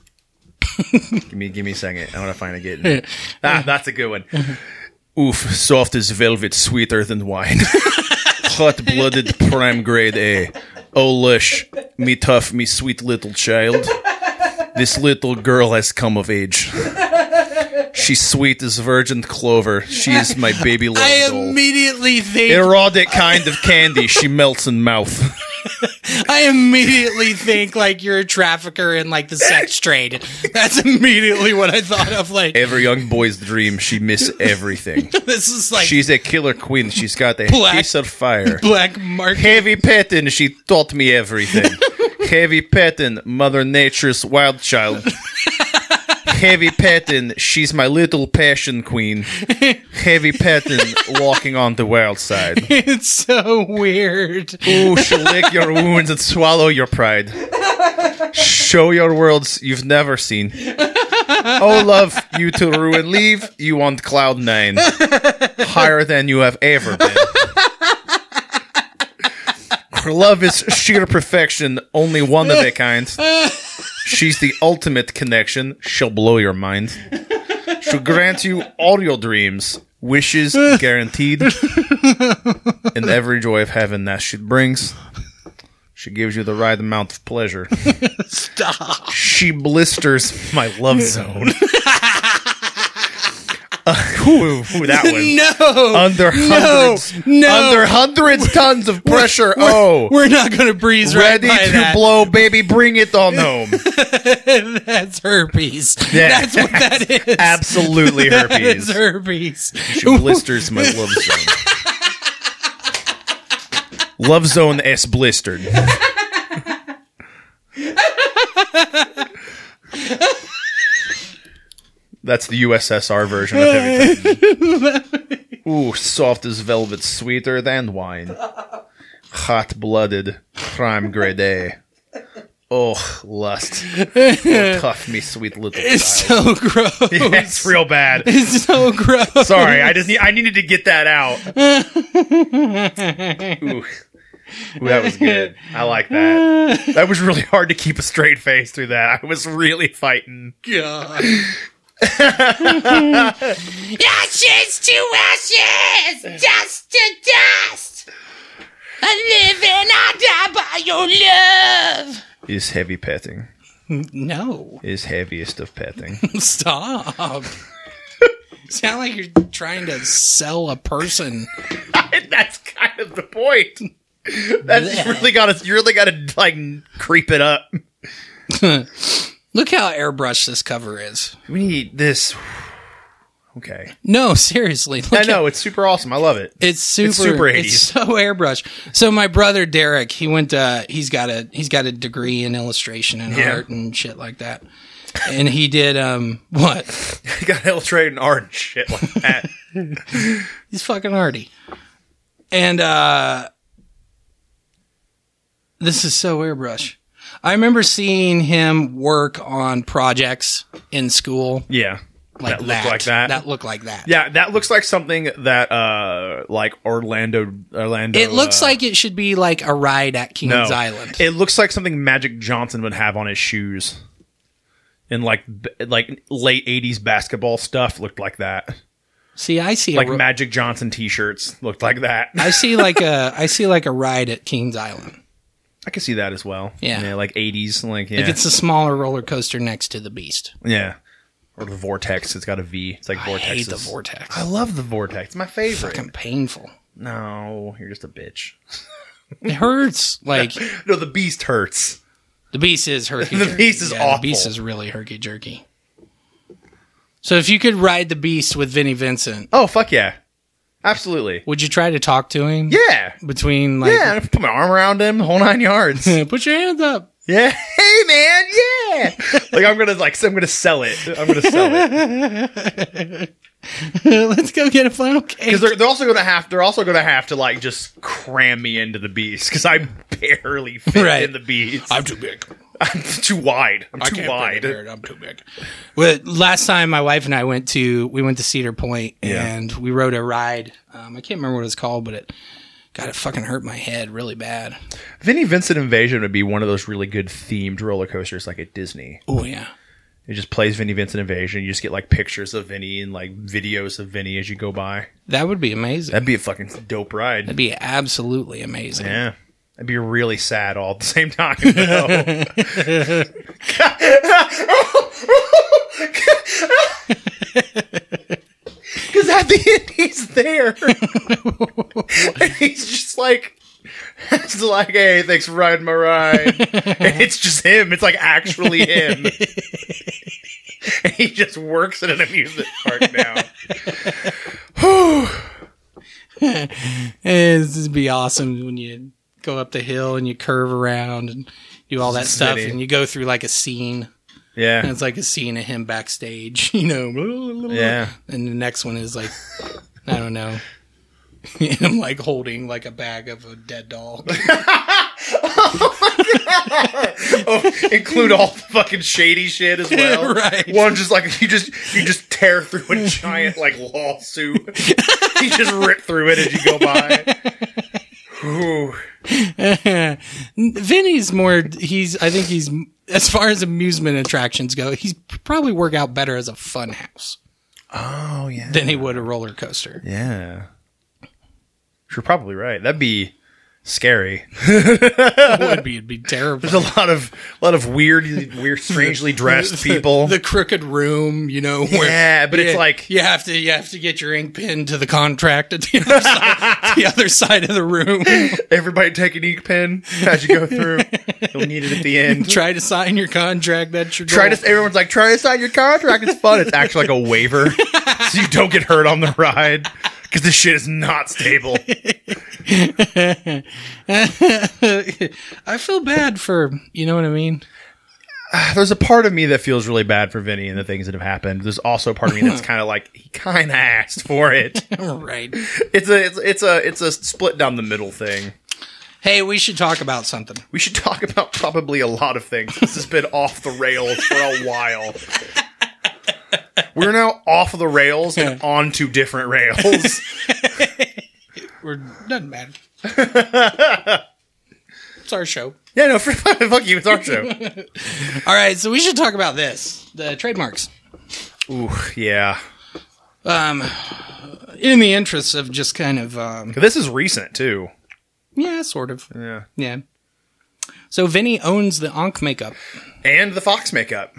Speaker 5: give me, give me a second. I want to find it. Getting ah, that's a good one. Oof, soft as velvet, sweeter than wine. Hot-blooded, prime grade A. Oh, lush, me tough, me sweet little child. This little girl has come of age. She's sweet as virgin clover. She is my baby love
Speaker 1: I
Speaker 5: doll.
Speaker 1: immediately think
Speaker 5: Erotic kind of candy. She melts in mouth.
Speaker 1: I immediately think like you're a trafficker in like the sex trade. That's immediately what I thought of. Like
Speaker 5: Every young boy's dream. She miss everything.
Speaker 1: this is like
Speaker 5: She's a killer queen. She's got a
Speaker 1: Black-
Speaker 5: piece of fire.
Speaker 1: black market.
Speaker 5: Heavy petting. She taught me everything. Heavy petting. Mother Nature's wild child. Heavy Patton, she's my little passion queen. Heavy Patton walking on the wild side.
Speaker 1: It's so weird.
Speaker 5: Ooh, she'll lick your wounds and swallow your pride. Show your worlds you've never seen. Oh, love, you to ruin leave, you on cloud nine. Higher than you have ever been. Her love is sheer perfection, only one of a kind. She's the ultimate connection. She'll blow your mind. She'll grant you all your dreams, wishes guaranteed and every joy of heaven that she brings. She gives you the right amount of pleasure. Stop. She blisters my love zone. Uh, ooh, ooh, that one.
Speaker 1: No.
Speaker 5: Under hundreds,
Speaker 1: no.
Speaker 5: under hundreds tons of pressure. oh,
Speaker 1: We're not going to breeze
Speaker 5: ready
Speaker 1: right by
Speaker 5: to
Speaker 1: that.
Speaker 5: blow, baby, bring it on home.
Speaker 1: That's herpes.
Speaker 5: Yeah.
Speaker 1: That's what that is.
Speaker 5: Absolutely
Speaker 1: That is
Speaker 5: herpes.
Speaker 1: herpes.
Speaker 5: She blisters my love zone. love zone s blistered. That's the USSR version of everything. Ooh, soft as velvet, sweeter than wine. Hot blooded, prime grade A. Oh, lust. Oh, tough me, sweet little
Speaker 1: It's
Speaker 5: child.
Speaker 1: so gross.
Speaker 5: It's real bad.
Speaker 1: It's so gross.
Speaker 5: Sorry, I just need, I needed to get that out. Ooh. Ooh, that was good. I like that. That was really hard to keep a straight face through that. I was really fighting.
Speaker 1: God. ashes to ashes, dust to dust. I live and I die by your love.
Speaker 5: Is heavy petting.
Speaker 1: No,
Speaker 5: Is heaviest of petting.
Speaker 1: stop. Sound like you're trying to sell a person.
Speaker 5: That's kind of the point. That's really got to you really got to like creep it up.
Speaker 1: Look how airbrushed this cover is.
Speaker 5: We need this. Okay.
Speaker 1: No, seriously. Look
Speaker 5: I know it's super awesome. I love it.
Speaker 1: It's super. It's
Speaker 5: super
Speaker 1: so
Speaker 5: 80s.
Speaker 1: airbrush. So my brother Derek, he went. Uh, he's got a he's got a degree in illustration and
Speaker 5: Yeah.
Speaker 1: art and shit like that. And he did um what?
Speaker 5: You got to illustrate an art and shit like that.
Speaker 1: He's fucking arty. And uh, this is so airbrush. I remember seeing him work on projects in school
Speaker 5: yeah.
Speaker 1: like that.
Speaker 5: that looked like that.
Speaker 1: That looked like that.
Speaker 5: Yeah, that looks like something that uh like Orlando Orlando
Speaker 1: It looks
Speaker 5: uh,
Speaker 1: like it should be like a ride at Kings
Speaker 5: no.
Speaker 1: Island.
Speaker 5: It looks like something Magic Johnson would have on his shoes. And like b- like late 80s basketball stuff looked like that.
Speaker 1: see, I see
Speaker 5: Like
Speaker 1: a ro-
Speaker 5: Magic Johnson t-shirts looked like that.
Speaker 1: I see like a I see like a ride at Kings Island.
Speaker 5: I can see that as well.
Speaker 1: Yeah.
Speaker 5: like 80s like yeah.
Speaker 1: Like it's a smaller roller coaster next to the Beast.
Speaker 5: yeah. Or the Vortex, it's got a V. It's like Vortex.
Speaker 1: I hate the vortex.
Speaker 5: I love the Vortex. It's my favorite.
Speaker 1: fucking painful.
Speaker 5: No, you're just a bitch.
Speaker 1: It hurts. Like
Speaker 5: No, the beast hurts.
Speaker 1: the Beast is herky.
Speaker 5: The
Speaker 1: jerky.
Speaker 5: Beast is
Speaker 1: yeah, The Beast
Speaker 5: awful.
Speaker 1: is really herky jerky. So if you could ride the Beast with Vinnie Vincent,
Speaker 5: Oh, fuck yeah. Absolutely.
Speaker 1: would you try to talk to him?
Speaker 5: Yeah.
Speaker 1: Between like,
Speaker 5: Yeah, I put my arm around him, the whole nine yards.
Speaker 1: put your hands up.
Speaker 5: yeah, hey man, yeah. like I'm gonna like I'm gonna sell it. I'm gonna sell it
Speaker 1: Let's go get a flannel cake.
Speaker 5: because they're, they're also gonna have they're also gonna have to like just cram me into the beast because I barely fit
Speaker 1: Right.
Speaker 5: in the beast.
Speaker 1: I'm too big.
Speaker 5: I'm too wide. I'm
Speaker 1: I
Speaker 5: too
Speaker 1: can't
Speaker 5: wide.
Speaker 1: bring it here. I'm too big. Well, last time my wife and I went to we went to Cedar Point
Speaker 5: Yeah.
Speaker 1: and we rode a ride. Um, I can't remember what it's called, but it God, it fucking hurt my head really bad.
Speaker 5: Vinny Vincent Invasion would be one of those really good themed roller coasters like at Disney.
Speaker 1: Oh yeah.
Speaker 5: It just plays Vinny Vincent Invasion. You just get like pictures of Vinny and like videos of Vinny as you go by.
Speaker 1: That would be amazing.
Speaker 5: That'd be a fucking dope ride.
Speaker 1: That'd be absolutely amazing.
Speaker 5: Yeah. I'd be really sad all at the same time. though. Because at the end, he's there. and he's just like, it's like, hey, thanks for riding my ride. and it's just him. It's like actually him. and he just works at an amusement park now.
Speaker 1: Eh, this would be awesome when you go up the hill and you curve around and do all that stuff
Speaker 5: Vinny.
Speaker 1: and you go through like a scene.
Speaker 5: Yeah.
Speaker 1: And it's like a scene of him backstage, you know. blah, blah, blah.
Speaker 5: Yeah.
Speaker 1: And the next one is like, I don't know, him like holding like a bag of a dead dog.
Speaker 5: include all the fucking shady shit as well.
Speaker 1: Right.
Speaker 5: One just like you just you just tear through a giant like lawsuit. you just rip through it as you go by. Ooh.
Speaker 1: Vinny's more. He's. I think he's as far as amusement attractions go. He's probably work out better as a fun house
Speaker 5: Oh yeah.
Speaker 1: than he would a roller coaster.
Speaker 5: Yeah. You're probably right. That'd be scary.
Speaker 1: It would be. It'd be terrible.
Speaker 5: There's a lot of a lot of weird weird strangely dressed people.
Speaker 1: The crooked room, you know. Where
Speaker 5: Yeah, but it's
Speaker 1: you-
Speaker 5: like-
Speaker 1: you have to you have to get your ink pinned to the contract at the other side, the other side of the room.
Speaker 5: Everybody take an ink pen as you go through. You'll need it at the end.
Speaker 1: Try to sign your contract. That's your
Speaker 5: Try
Speaker 1: goal.
Speaker 5: to. Everyone's like, try to sign your contract. It's fun. It's actually like a waiver, so you don't get hurt on the ride because this shit is not stable.
Speaker 1: I feel bad for you know what I mean.
Speaker 5: There's a part of me that feels really bad for Vinny and the things that have happened. There's also a part of me that's kind of like he kind of asked for it.
Speaker 1: Right.
Speaker 5: It's a it's, it's a it's a split down the middle thing.
Speaker 1: Hey, we should talk about something.
Speaker 5: We should talk about probably a lot of things. This has been off the rails for a while. We're now off the rails and onto different rails.
Speaker 1: We're doesn't matter. it's our show.
Speaker 5: yeah, no, fuck you. It's our show.
Speaker 1: All right, so we should talk about this. The trademarks.
Speaker 5: Ooh, yeah.
Speaker 1: Um in the interest of just kind of um
Speaker 5: This is recent too.
Speaker 1: yeah, sort of. Yeah. Yeah. So Vinny owns the Ankh makeup.
Speaker 5: And the fox makeup.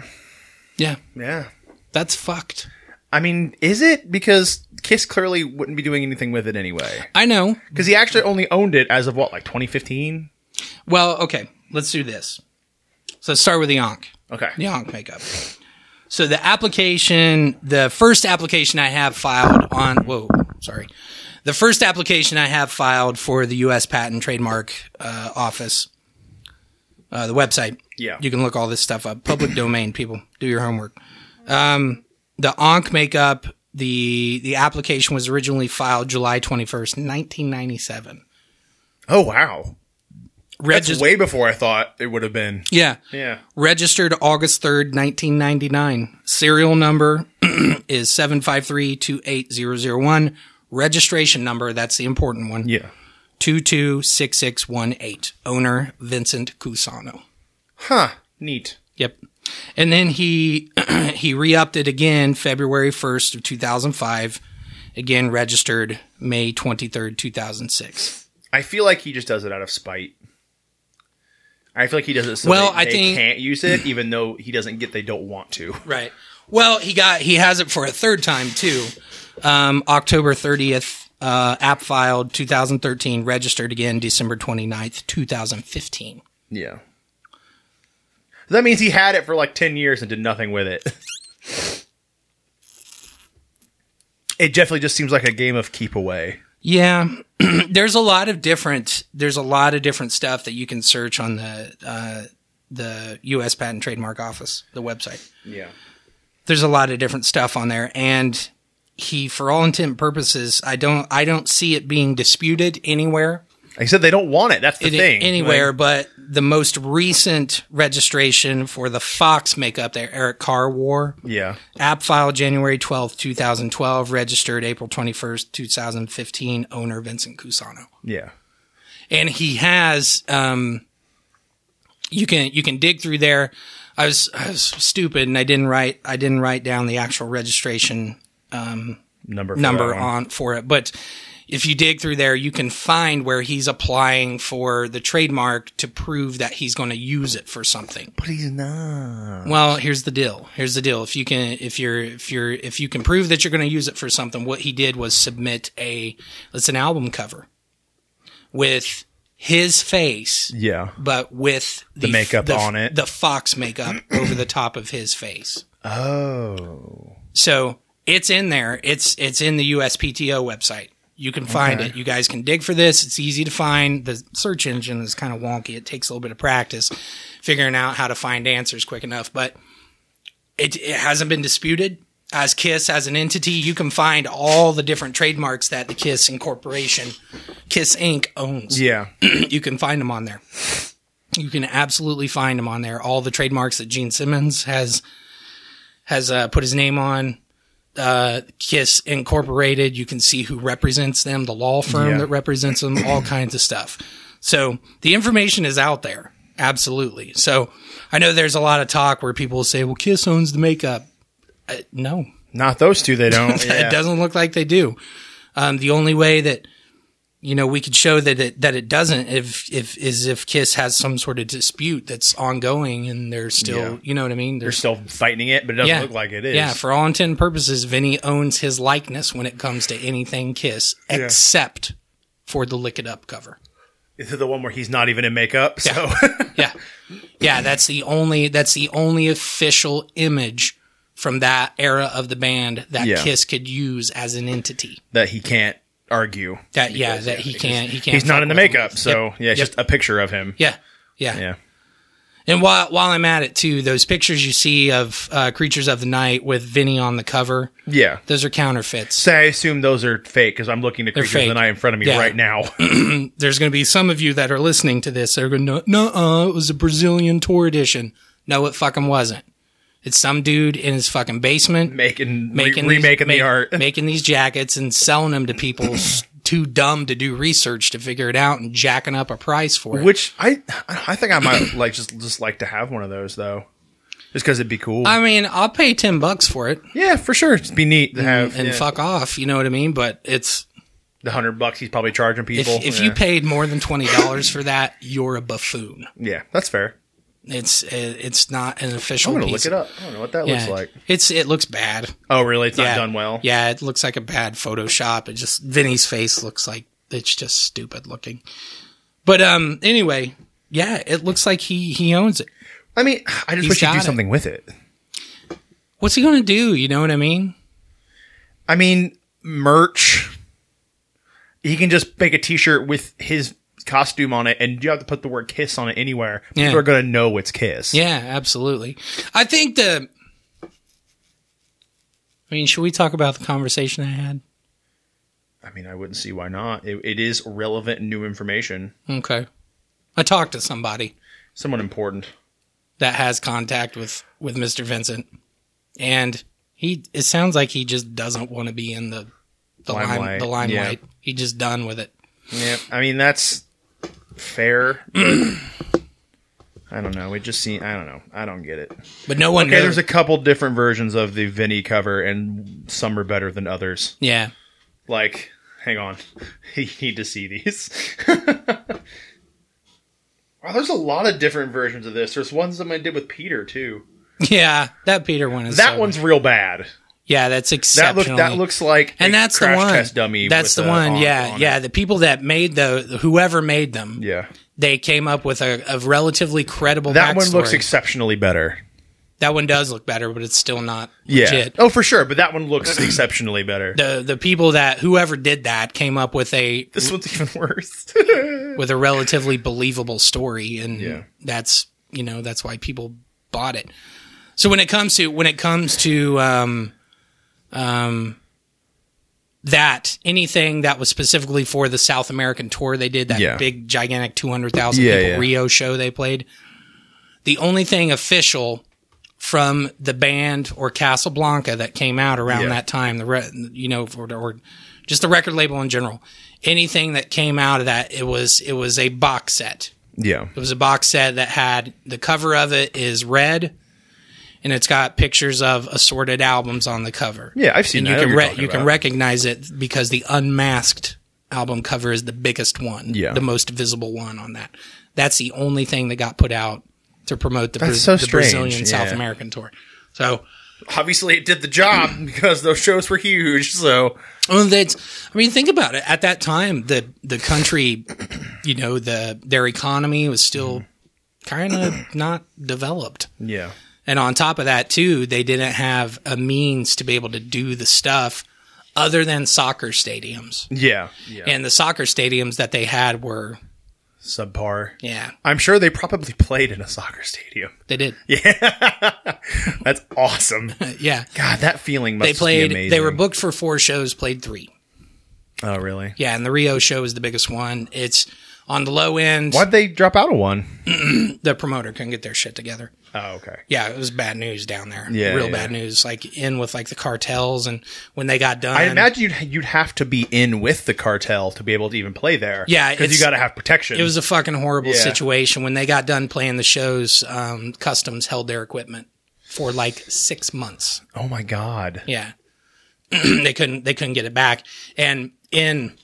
Speaker 1: Yeah.
Speaker 5: Yeah.
Speaker 1: That's fucked.
Speaker 5: I mean, is it because Kiss clearly wouldn't be doing anything with it anyway?
Speaker 1: I know.
Speaker 5: Because he actually only owned it as of what, like 2015?
Speaker 1: Well, okay, let's do this. So let's start with the Ankh.
Speaker 5: Okay.
Speaker 1: the Yonk makeup. So the application, the first application I have filed on, whoa, sorry. The first application I have filed for the U.S. Patent Trademark uh, Office, uh, the website.
Speaker 5: Yeah.
Speaker 1: You can look all this stuff up. Public domain, people. Do your homework. Um, the Onk makeup, the, the application was originally filed July 21st, 1997.
Speaker 5: Oh wow. That's
Speaker 1: Regis-
Speaker 5: way before I thought it would have been.
Speaker 1: yeah.
Speaker 5: Yeah.
Speaker 1: registered August 3rd, 1999. Serial number is 753-28001. Registration number, that's the important one,
Speaker 5: Yeah.
Speaker 1: 226618. Owner, Vincent Cusano.
Speaker 5: Huh. Neat.
Speaker 1: Yep. And then he, he re-upped it again February 1st of 2005. Again, registered May 23rd, 2006.
Speaker 5: I feel like he just does it out of spite. I feel like he does it so
Speaker 1: Well,
Speaker 5: they,
Speaker 1: I
Speaker 5: they
Speaker 1: think-
Speaker 5: can't use it, even though he doesn't get they don't want to.
Speaker 1: Right. Well, he got he has it for a third time too. Um, October 30th, uh, app filed 2013, registered again December 29th, 2015.
Speaker 5: Yeah. That means he had it for like 10 years and did nothing with it. it definitely just seems like a game of keep away.
Speaker 1: Yeah, there's a lot of different there's a lot of different stuff that you can search on the uh, the U.S. Patent and Trademark Office, the website.
Speaker 5: Yeah.
Speaker 1: There's a lot of different stuff on there, and he, for all intent and purposes, I don't I don't see it being disputed anywhere.
Speaker 5: Like I said, they don't want it. That's the
Speaker 1: it-
Speaker 5: thing.
Speaker 1: anywhere,
Speaker 5: Like,
Speaker 1: but the most recent registration for the Fox makeup that Eric Carr wore.
Speaker 5: yeah.
Speaker 1: App file January 12th, 2012, registered April 21st, 2015, owner Vincent Cusano.
Speaker 5: Yeah.
Speaker 1: And he has, um, you can, you can dig through there. I was, I was stupid and I didn't write, I didn't write down the actual registration
Speaker 5: Number for
Speaker 1: number
Speaker 5: that one.
Speaker 1: on for it. But if you dig through there, you can find where he's applying for the trademark to prove that he's going to use it for something.
Speaker 5: But he's not.
Speaker 1: Well, here's the deal. Here's the deal. If you can, if you're, if you're, if you can prove that you're going to use it for something, what he did was submit a, it's an album cover with his face,
Speaker 5: Yeah.
Speaker 1: but with the,
Speaker 5: makeup on it.
Speaker 1: the Fox makeup over the top of his face.
Speaker 5: Oh.
Speaker 1: So it's in there. It's it's in the USPTO website. You can find it. You guys can dig for this. It's easy to find. The search engine is kind of wonky. It takes a little bit of practice figuring out how to find answers quick enough, but it, it hasn't been disputed. As Kiss, as an entity, you can find all the different trademarks that the Kiss Incorporation, Kiss Inc. owns.
Speaker 5: Yeah.
Speaker 1: you can find them on there. You can absolutely find them on there. All the trademarks that Gene Simmons has has uh, put his name on. Uh, Kiss Incorporated. You can see who represents them, the law firm
Speaker 5: Yeah.
Speaker 1: that represents them, all kinds of stuff. So the information is out there. Absolutely. So I know there's a lot of talk where people say, well, Kiss owns the makeup. Uh, no,
Speaker 5: Not those two. They don't. Yeah.
Speaker 1: it doesn't look like they do. Um, the only way that you know we could show that it that it doesn't if if is if Kiss has some sort of dispute that's ongoing and they're still
Speaker 5: Yeah.
Speaker 1: you know what I mean
Speaker 5: They're still fighting it, but it doesn't look like it is.
Speaker 1: yeah for all intent and purposes Vinny owns his likeness when it comes to anything Kiss except for the lick it up cover
Speaker 5: This is the one where he's not even in makeup. So
Speaker 1: yeah yeah that's the only that's the only official image from that era of the band that
Speaker 5: Yeah.
Speaker 1: Kiss could use as an entity.
Speaker 5: that he can't argue.
Speaker 1: That yeah, that he can't he can't.
Speaker 5: He's not
Speaker 1: fuck
Speaker 5: in the
Speaker 1: with him.
Speaker 5: makeup. So
Speaker 1: Yep,
Speaker 5: yeah, it's
Speaker 1: yep,
Speaker 5: just a picture of him.
Speaker 1: yeah, yeah,
Speaker 5: Yeah.
Speaker 1: And while while I'm at it too, those pictures you see of uh, Creatures of the Night with Vinny on the cover,
Speaker 5: Yeah.
Speaker 1: those are counterfeits.
Speaker 5: So I assume those are fake because I'm looking at creatures of the
Speaker 1: fake.
Speaker 5: night in front of me
Speaker 1: Yeah.
Speaker 5: right now.
Speaker 1: There's going to be some of you that are listening to this. They're going, no, no, uh, it was a Brazilian tour edition. No, it fucking wasn't. It's some dude in his fucking basement
Speaker 5: making
Speaker 1: making
Speaker 5: making re- remaking
Speaker 1: these,
Speaker 5: the
Speaker 1: ma-
Speaker 5: art.
Speaker 1: making these jackets and selling them to people s- too dumb to do research to figure it out and jacking up a price for it.
Speaker 5: Which I I think I might like just just like to have one of those though, just because it'd be cool.
Speaker 1: I mean, I'll pay ten bucks for it.
Speaker 5: yeah, for sure, it'd be neat to have.
Speaker 1: Mm, and
Speaker 5: yeah.
Speaker 1: fuck off. You know what I mean? But it's
Speaker 5: the hundred bucks he's probably charging
Speaker 1: if,
Speaker 5: people.
Speaker 1: if
Speaker 5: yeah.
Speaker 1: you paid more than twenty dollars for that, you're a buffoon.
Speaker 5: yeah, that's fair.
Speaker 1: It's it's not an official.
Speaker 5: I'm gonna
Speaker 1: piece.
Speaker 5: look it up. I don't know what that
Speaker 1: Yeah.
Speaker 5: looks like.
Speaker 1: It's it looks bad.
Speaker 5: Oh, really? It's
Speaker 1: yeah.
Speaker 5: not done well.
Speaker 1: Yeah, it looks like a bad Photoshop. It just Vinny's face looks like it's just stupid looking. But um, anyway, yeah, it looks like he he owns it.
Speaker 5: I mean, I just
Speaker 1: He's
Speaker 5: wish he'd
Speaker 1: got
Speaker 5: do
Speaker 1: it.
Speaker 5: something with it.
Speaker 1: What's he gonna do? You know what I mean?
Speaker 5: I mean, merch. He can just make a T-shirt with his costume on it, and you have to put the word "kiss" on it anywhere.
Speaker 1: Yeah.
Speaker 5: People are gonna know it's kiss.
Speaker 1: Yeah, absolutely. I think the. I mean, should we talk about the conversation I had?
Speaker 5: I mean, I wouldn't see why not. It, it is relevant and new information.
Speaker 1: Okay. I talked to somebody
Speaker 5: Someone important.
Speaker 1: that has contact with with Mr. Vincent, and he it sounds like he just doesn't want to be in the the limelight.
Speaker 5: Limelight,
Speaker 1: the limelight. He just done with it.
Speaker 5: Yeah, I mean that's fair. but I don't know. It just seems. I don't know. I don't get it. Okay,
Speaker 1: But no one knows.
Speaker 5: there's a couple different versions of the Vinny cover, and some are better than others.
Speaker 1: yeah.
Speaker 5: Like, hang on, you need to see these. wow, there's a lot of different versions of this. There's ones that I did with Peter too.
Speaker 1: Yeah, that Peter one is
Speaker 5: That
Speaker 1: so-
Speaker 5: one's real bad.
Speaker 1: yeah, that's
Speaker 5: That look
Speaker 1: exceptional.
Speaker 5: that looks like
Speaker 1: and
Speaker 5: a
Speaker 1: that's the
Speaker 5: crash
Speaker 1: one.
Speaker 5: test dummy.
Speaker 1: that's
Speaker 5: with
Speaker 1: the
Speaker 5: a
Speaker 1: one.
Speaker 5: on-
Speaker 1: yeah,
Speaker 5: on it.
Speaker 1: yeah. The people that made the whoever made them,
Speaker 5: yeah.
Speaker 1: they came up with a, a relatively credible.
Speaker 5: That one
Speaker 1: backstory.
Speaker 5: looks exceptionally better.
Speaker 1: that one does look better, but it's still not
Speaker 5: Yeah.
Speaker 1: legit.
Speaker 5: Oh, for sure. But that one looks exceptionally better.
Speaker 1: the the people that whoever did that came up with a
Speaker 5: This one's even worse.
Speaker 1: with a relatively believable story and
Speaker 5: Yeah.
Speaker 1: that's you know that's why people bought it so when it comes to when it comes to um um that anything that was specifically for the South American tour they did that
Speaker 5: Yeah.
Speaker 1: big gigantic 200,000
Speaker 5: Yeah,
Speaker 1: people
Speaker 5: yeah.
Speaker 1: Rio show they played the only thing official from the band or Casablanca that came out around
Speaker 5: Yeah.
Speaker 1: that time, the re- you know, or, or just the record label in general, anything that came out of that, it was it was a box set.
Speaker 5: yeah.
Speaker 1: It was a box set that had the cover of it is red, and it's got pictures of assorted albums on the cover.
Speaker 5: Yeah, I've seen
Speaker 1: and you
Speaker 5: that. I know
Speaker 1: can
Speaker 5: what you're
Speaker 1: re-
Speaker 5: talking
Speaker 1: you can
Speaker 5: about.
Speaker 1: recognize it because the unmasked album cover is the biggest one,
Speaker 5: Yeah.
Speaker 1: the most visible one on that. That's the only thing that got put out to promote the,
Speaker 5: That's
Speaker 1: Bra-
Speaker 5: so
Speaker 1: the
Speaker 5: strange,
Speaker 1: Brazilian South
Speaker 5: yeah.
Speaker 1: American tour. So
Speaker 5: Obviously, it did the job because those shows were huge. So
Speaker 1: Well, that's. I mean, think about it. At that time, the the country, you know, the their economy was still kind of not developed,
Speaker 5: yeah,
Speaker 1: and on top of that, too, they didn't have a means to be able to do the stuff other than soccer stadiums.
Speaker 5: yeah, yeah.
Speaker 1: And the soccer stadiums that they had were,
Speaker 5: Subpar.
Speaker 1: yeah,
Speaker 5: I'm sure they probably played in a soccer stadium.
Speaker 1: they did.
Speaker 5: Yeah, That's awesome.
Speaker 1: Yeah.
Speaker 5: God, that feeling must
Speaker 1: They played.
Speaker 5: be amazing.
Speaker 1: They were booked for four shows. Played three.
Speaker 5: Oh, really?
Speaker 1: Yeah, and the Rio show is the biggest one. It's on the low end.
Speaker 5: Why'd they drop out of one?
Speaker 1: The promoter couldn't get their shit together.
Speaker 5: Oh, okay.
Speaker 1: Yeah, it was bad news down there.
Speaker 5: Yeah,
Speaker 1: real
Speaker 5: yeah.
Speaker 1: bad news. Like in with like the cartels, and when they got done,
Speaker 5: I imagine you'd you'd have to be in with the cartel to be able to even play there.
Speaker 1: Yeah,
Speaker 5: because
Speaker 1: it's-
Speaker 5: you got to have protection.
Speaker 1: It was a fucking horrible
Speaker 5: Yeah.
Speaker 1: situation. When they got done playing the shows, um, customs held their equipment for like six months.
Speaker 5: oh my god.
Speaker 1: Yeah, they couldn't they couldn't get it back. And in,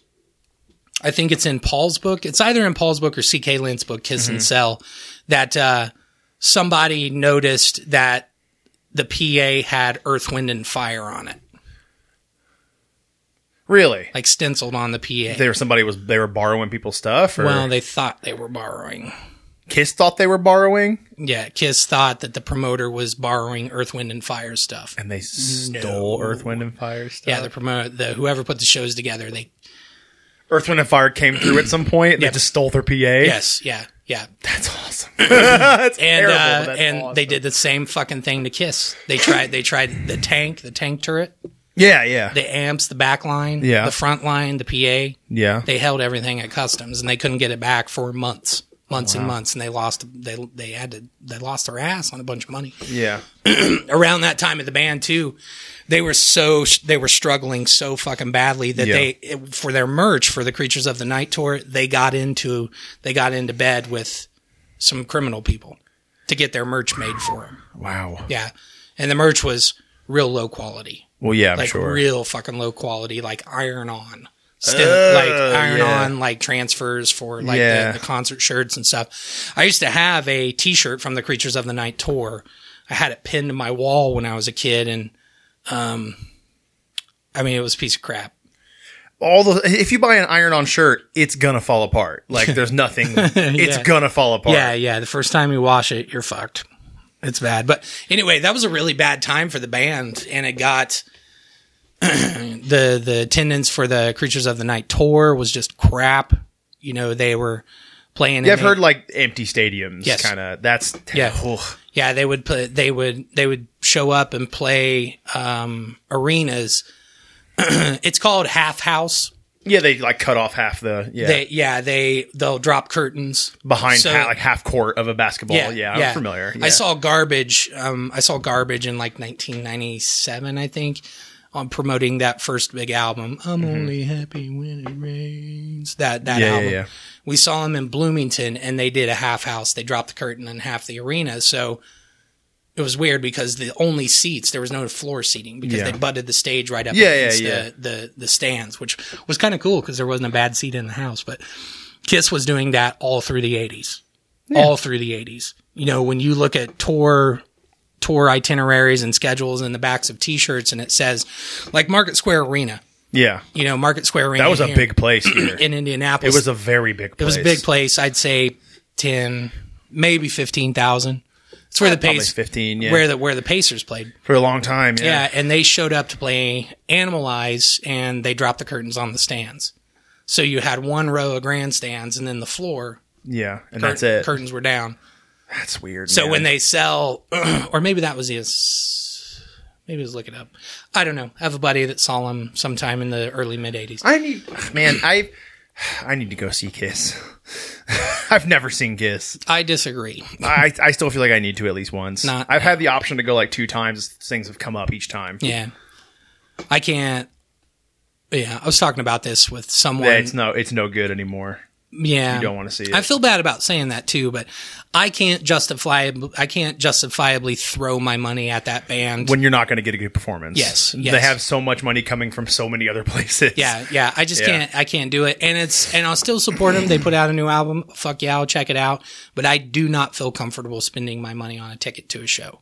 Speaker 1: I think it's in Paul's book. It's either in Paul's book or C.K. Lynn's book, Kiss
Speaker 5: Mm-hmm.
Speaker 1: and Sell, that uh, somebody noticed that the PA had Earth, Wind, and Fire on it,
Speaker 5: Really?
Speaker 1: like stenciled on the PA.
Speaker 5: They were somebody was they were borrowing people's stuff, or
Speaker 1: well, they thought they were borrowing.
Speaker 5: Kiss thought they were borrowing,
Speaker 1: Yeah, Kiss thought that the promoter was borrowing Earth, Wind, and Fire stuff.
Speaker 5: and they stole Earth, Wind, and Fire stuff.
Speaker 1: Yeah, the promoter, the whoever put the shows together, they
Speaker 5: Earth, Wind, and Fire came through at some point. And
Speaker 1: Yep.
Speaker 5: They just stole their PA.
Speaker 1: yes, yeah, yeah,
Speaker 5: that's awesome. that's
Speaker 1: and
Speaker 5: terrible.
Speaker 1: uh,
Speaker 5: but that's
Speaker 1: and
Speaker 5: awesome.
Speaker 1: they did the same fucking thing to Kiss. They tried, they tried the tank, the tank turret,
Speaker 5: Yeah, yeah,
Speaker 1: the amps, the back line,
Speaker 5: Yeah.
Speaker 1: the front line, the PA.
Speaker 5: yeah.
Speaker 1: They held everything at customs, and they couldn't get it back for months, months and months, and they lost, they they had to, they lost their ass on a bunch of money.
Speaker 5: yeah.
Speaker 1: around that time of the band too, they were so they were struggling so fucking badly that
Speaker 5: Yeah.
Speaker 1: they for their merch for the Creatures of the Night tour they got into they got into bed with some criminal people to get their merch made for them.
Speaker 5: Wow.
Speaker 1: Yeah, and the merch was real low quality,
Speaker 5: Well, yeah, I'm
Speaker 1: like
Speaker 5: sure.
Speaker 1: real fucking low quality, like iron on. Still, like iron
Speaker 5: Oh, yeah.
Speaker 1: on like transfers for like
Speaker 5: Yeah.
Speaker 1: the, the concert shirts and stuff. I used to have a T-shirt from the Creatures of the Night tour. I had it pinned to my wall when I was a kid, and um, I mean it was a piece of crap.
Speaker 5: all the if you buy an iron-on shirt, it's gonna fall apart. Like there's nothing. It's
Speaker 1: Yeah.
Speaker 5: gonna fall apart.
Speaker 1: Yeah, yeah. The first time you wash it, you're fucked. It's bad. But anyway, that was a really bad time for the band, and it got the the attendance for the Creatures of the Night tour was just crap. You know, they were playing.
Speaker 5: Yeah,
Speaker 1: in
Speaker 5: I've
Speaker 1: a-
Speaker 5: heard like empty stadiums.
Speaker 1: Yes.
Speaker 5: Kind of. That's
Speaker 1: Yeah.
Speaker 5: Ugh.
Speaker 1: Yeah, they would put they would they would show up and play um, arenas. it's called half house.
Speaker 5: Yeah, they like cut off half the yeah
Speaker 1: They yeah they they'll drop curtains
Speaker 5: behind
Speaker 1: So-
Speaker 5: ha- like half court of a basketball. Yeah, I'm familiar.
Speaker 1: I
Speaker 5: Yeah.
Speaker 1: saw garbage. Um, I saw garbage in like 1997, I think, on promoting that first big album. I'm only happy when it rains. That that
Speaker 5: Mm-hmm. Yeah, yeah,
Speaker 1: album.
Speaker 5: yeah.
Speaker 1: We saw them in Bloomington, and they did a half house. They dropped the curtain on half the arena, so. It was weird because the only seats there was no floor seating because
Speaker 5: Yeah.
Speaker 1: they butted the stage right up
Speaker 5: Yeah, yeah,
Speaker 1: against
Speaker 5: yeah.
Speaker 1: The, the the stands, which was kind of cool because there wasn't a bad seat in the house. But Kiss was doing that all through the 80s. All through the 80s. You know, when you look at tour tour itineraries and schedules in the backs of t-shirts and it says like Market Square Arena,
Speaker 5: yeah.
Speaker 1: you know, Market Square Arena.
Speaker 5: That was a
Speaker 1: here
Speaker 5: big place here.
Speaker 1: in Indianapolis.
Speaker 5: it was a very big. place.
Speaker 1: it was a big place. I'd say 10 maybe 15,000. It's where the
Speaker 5: Probably
Speaker 1: Pacers
Speaker 5: fifteen. Yeah,
Speaker 1: where the where the Pacers played.
Speaker 5: for a long time. Yeah.
Speaker 1: Yeah, and they showed up to play Animalize, and they dropped the curtains on the stands. So you had one row of grandstands, and then the floor
Speaker 5: Yeah, and
Speaker 1: cur-
Speaker 5: that's it.
Speaker 1: curtains were down.
Speaker 5: That's weird.
Speaker 1: So
Speaker 5: man.
Speaker 1: when they sell, or maybe that was his. Maybe let's look it up. I don't know. I have a buddy that saw him sometime in the early mid '80s.
Speaker 5: I need man, I I need to go see Kiss. I've never seen Kiss.
Speaker 1: I disagree.
Speaker 5: I, I still feel like I need to at least once.
Speaker 1: Not-
Speaker 5: I've had the option to go like two times. Things have come up each time.
Speaker 1: Yeah, I can't. Yeah, I was talking about this with someone.
Speaker 5: Yeah, it's no, it's no good anymore.
Speaker 1: Yeah,
Speaker 5: don't wanna see it.
Speaker 1: I feel bad about saying that too, but I can't justify. I can't justifiably throw my money at that band.
Speaker 5: When you're not going to get a good performance.
Speaker 1: Yes,
Speaker 5: they
Speaker 1: yes.
Speaker 5: have so much money coming from so many other places.
Speaker 1: yeah, yeah, I just
Speaker 5: Yeah.
Speaker 1: can't. I can't do it, and it's and I'll still support them. They put out a new album. Fuck yeah, I'll check it out. But I do not feel comfortable spending my money on a ticket to a show.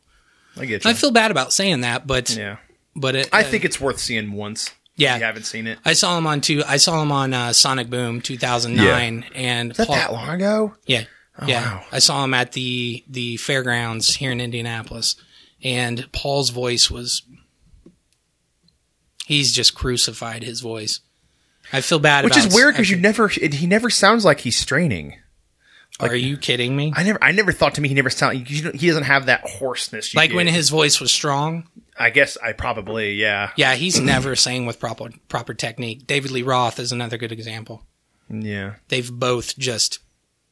Speaker 5: I get you.
Speaker 1: I feel bad about saying that, but
Speaker 5: yeah,
Speaker 1: but it,
Speaker 5: I think it's worth seeing once.
Speaker 1: Yeah.
Speaker 5: if you haven't seen it.
Speaker 1: I saw him on two. I saw him on uh, Sonic Boom 2009, and
Speaker 5: Is that
Speaker 1: Paul-
Speaker 5: that long ago?
Speaker 1: Yeah. yeah.
Speaker 5: Oh, wow.
Speaker 1: I saw him at the the fairgrounds here in Indianapolis and Paul's voice was he's just crucified his voice. I feel bad
Speaker 5: Which
Speaker 1: about
Speaker 5: is weird because
Speaker 1: I-
Speaker 5: you never. It, he never sounds like he's straining.
Speaker 1: Are you kidding me?
Speaker 5: I never, I never thought to me he never sound. You know, he doesn't have that hoarseness. You
Speaker 1: like when
Speaker 5: did.
Speaker 1: his voice was strong.
Speaker 5: I guess I probably yeah
Speaker 1: Yeah, he's never sang with proper proper technique. David Lee Roth is another good example.
Speaker 5: yeah.
Speaker 1: They've both just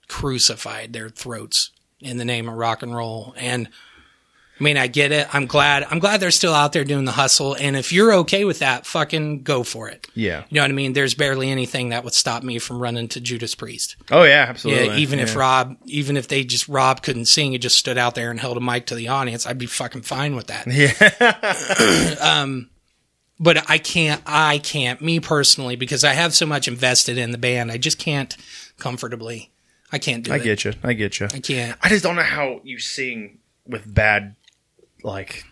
Speaker 1: crucified their throats in the name of rock and roll. And I mean, I get it. I'm glad. I'm glad they're still out there doing the hustle. And if you're okay with that, fucking go for it.
Speaker 5: Yeah.
Speaker 1: You know what I mean? There's barely anything that would stop me from running to Judas Priest.
Speaker 5: Oh yeah,
Speaker 1: Yeah,
Speaker 5: absolutely.
Speaker 1: even if
Speaker 5: Yeah.
Speaker 1: Rob, even if they just Rob couldn't sing, he just stood out there and held a mic to the audience. I'd be fucking fine with that. Yeah. um, but I can't. I can't. Me personally, because I have so much invested in the band, I just can't comfortably. I can't do
Speaker 5: I
Speaker 1: it.
Speaker 5: get you, I get you.
Speaker 1: I can't.
Speaker 5: I just don't know how you sing with bad like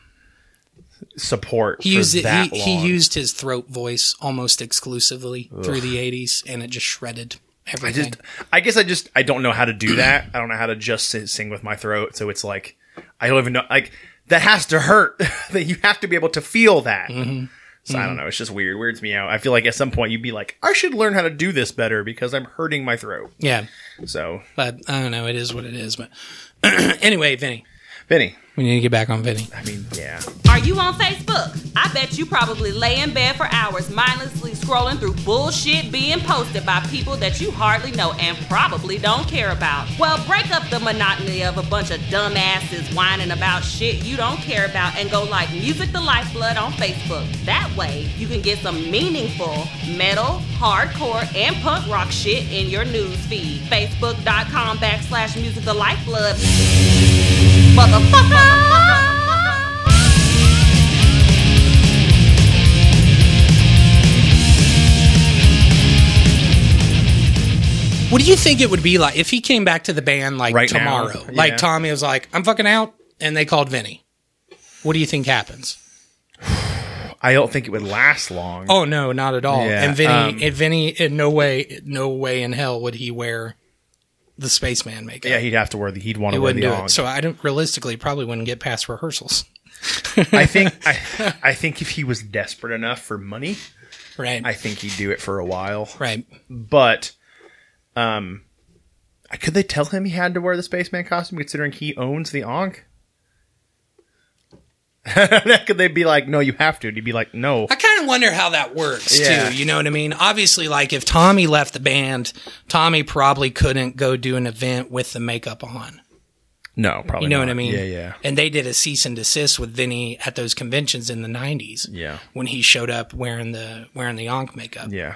Speaker 5: support.
Speaker 1: He
Speaker 5: for
Speaker 1: used it,
Speaker 5: that
Speaker 1: he, he
Speaker 5: long.
Speaker 1: used his throat voice almost exclusively through the '80s, and it just shredded
Speaker 5: I
Speaker 1: everything.
Speaker 5: just, I guess I just, I don't know how to do that. I don't know how to just si- sing with my throat. So it's like, I don't even know. Like that has to hurt. That you have to be able to feel that.
Speaker 1: Mm-hmm.
Speaker 5: So I don't know. It's just weird. Weirds me out. I feel like at some point you'd be like, I should learn how to do this better because I'm hurting my throat.
Speaker 1: yeah,
Speaker 5: So,
Speaker 1: but I don't know. It is what it is. But anyway, Vinny,
Speaker 5: Vinny,
Speaker 1: we need to get back on Vinny.
Speaker 5: I mean, yeah,
Speaker 6: Are you on Facebook? I bet you probably lay in bed for hours mindlessly scrolling through bullshit being posted by people that you hardly know and probably don't care about. Well, break up the monotony of a bunch of dumbasses whining about shit you don't care about and go like Music the Lifeblood on Facebook. That way, you can get some meaningful metal, hardcore, and punk rock shit in your news feed. Facebook.com backslash Music the Lifeblood. Motherfucker!
Speaker 1: What do you think it would be like if he came back to the band like
Speaker 5: Right now?
Speaker 1: tomorrow?
Speaker 5: Yeah.
Speaker 1: Like Tommy was like, "I'm fucking out," and they called Vinny. What do you think happens?
Speaker 5: I don't think it would last long.
Speaker 1: Oh no, not at all.
Speaker 5: Yeah,
Speaker 1: and Vinny,
Speaker 5: um,
Speaker 1: and Vinny, in no way, no way in hell would he wear the spaceman makeup.
Speaker 5: Yeah, he'd have to wear the. He'd want
Speaker 1: he
Speaker 5: to wear
Speaker 1: wouldn't
Speaker 5: the.
Speaker 1: do
Speaker 5: long-
Speaker 1: it. So I don't realistically probably wouldn't get past rehearsals.
Speaker 5: I think. I, I think if he was desperate enough for money,
Speaker 1: Right.
Speaker 5: I think he'd do it for a while.
Speaker 1: right.
Speaker 5: but um could they tell him he had to wear the spaceman costume considering he owns the onk could they be like no you have to and he'd be like no
Speaker 1: I kind of wonder how that works
Speaker 5: Yeah.
Speaker 1: too. You know what I mean? Obviously, like if Tommy left the band, Tommy probably couldn't go do an event with the makeup on.
Speaker 5: no probably
Speaker 1: You know
Speaker 5: not.
Speaker 1: what I mean?
Speaker 5: yeah yeah
Speaker 1: And they did a cease and desist with Vinny at those conventions in the '90s.
Speaker 5: Yeah.
Speaker 1: When he showed up wearing the wearing the Onk makeup.
Speaker 5: yeah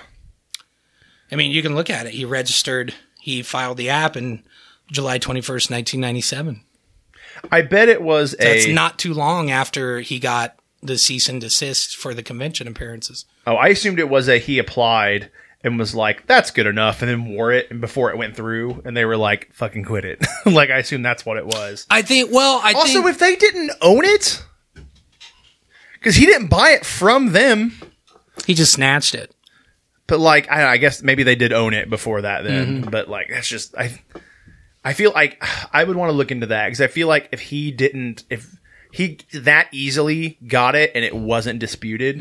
Speaker 1: I mean, you can look at it. He registered. He filed the app in July 21st, 1997.
Speaker 5: i bet it was a
Speaker 1: That's not too long after he got the cease and desist for the convention appearances.
Speaker 5: oh i assumed it was a he applied and was like that's good enough and then wore it and before it went through and they were like fucking quit it like i assume that's what it was
Speaker 1: I think. Well, I
Speaker 5: also
Speaker 1: think
Speaker 5: if they didn't own it because he didn't buy it from them
Speaker 1: he just snatched it.
Speaker 5: but like I, I guess maybe they did own it before that then but like that's just i i feel like i would want to look into that because i feel like if he didn't if he that easily got it and it wasn't disputed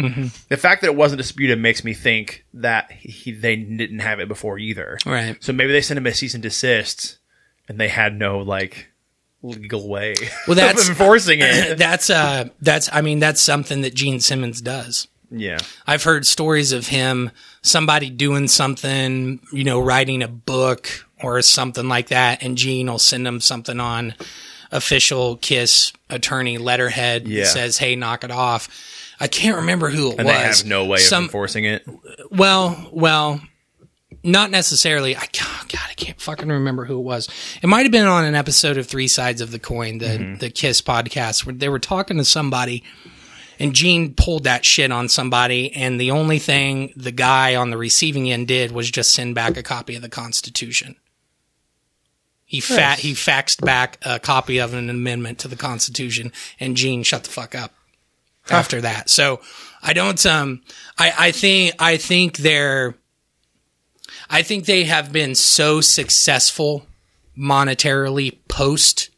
Speaker 5: the fact that it wasn't disputed makes me think that he, they didn't have it before either
Speaker 1: Right.
Speaker 5: so maybe they sent him a cease and desist and they had no like legal way
Speaker 1: Well, that's
Speaker 5: of enforcing it
Speaker 1: that's uh that's I mean that's something that Gene Simmons does.
Speaker 5: yeah
Speaker 1: I've heard stories of him, somebody doing something, you know, writing a book or something like that, and Gene will send him something on official Kiss attorney letterhead that
Speaker 5: Yeah.
Speaker 1: says, "Hey, knock it off." I can't remember who it
Speaker 5: and
Speaker 1: was.
Speaker 5: they have no way
Speaker 1: Some-
Speaker 5: of enforcing it
Speaker 1: well, well, not necessarily. I can't, God, I can't fucking remember who it was. It might have been on an episode of Three Sides of the Coin, the the Kiss podcast, where they were talking to somebody, and Gene pulled that shit on somebody, and the only thing the guy on the receiving end did was just send back a copy of the Constitution. He fa- he faxed back a copy of an amendment to the Constitution, and Gene shut the fuck up after that. So I don't um I, I think I think they're I think they have been so successful monetarily post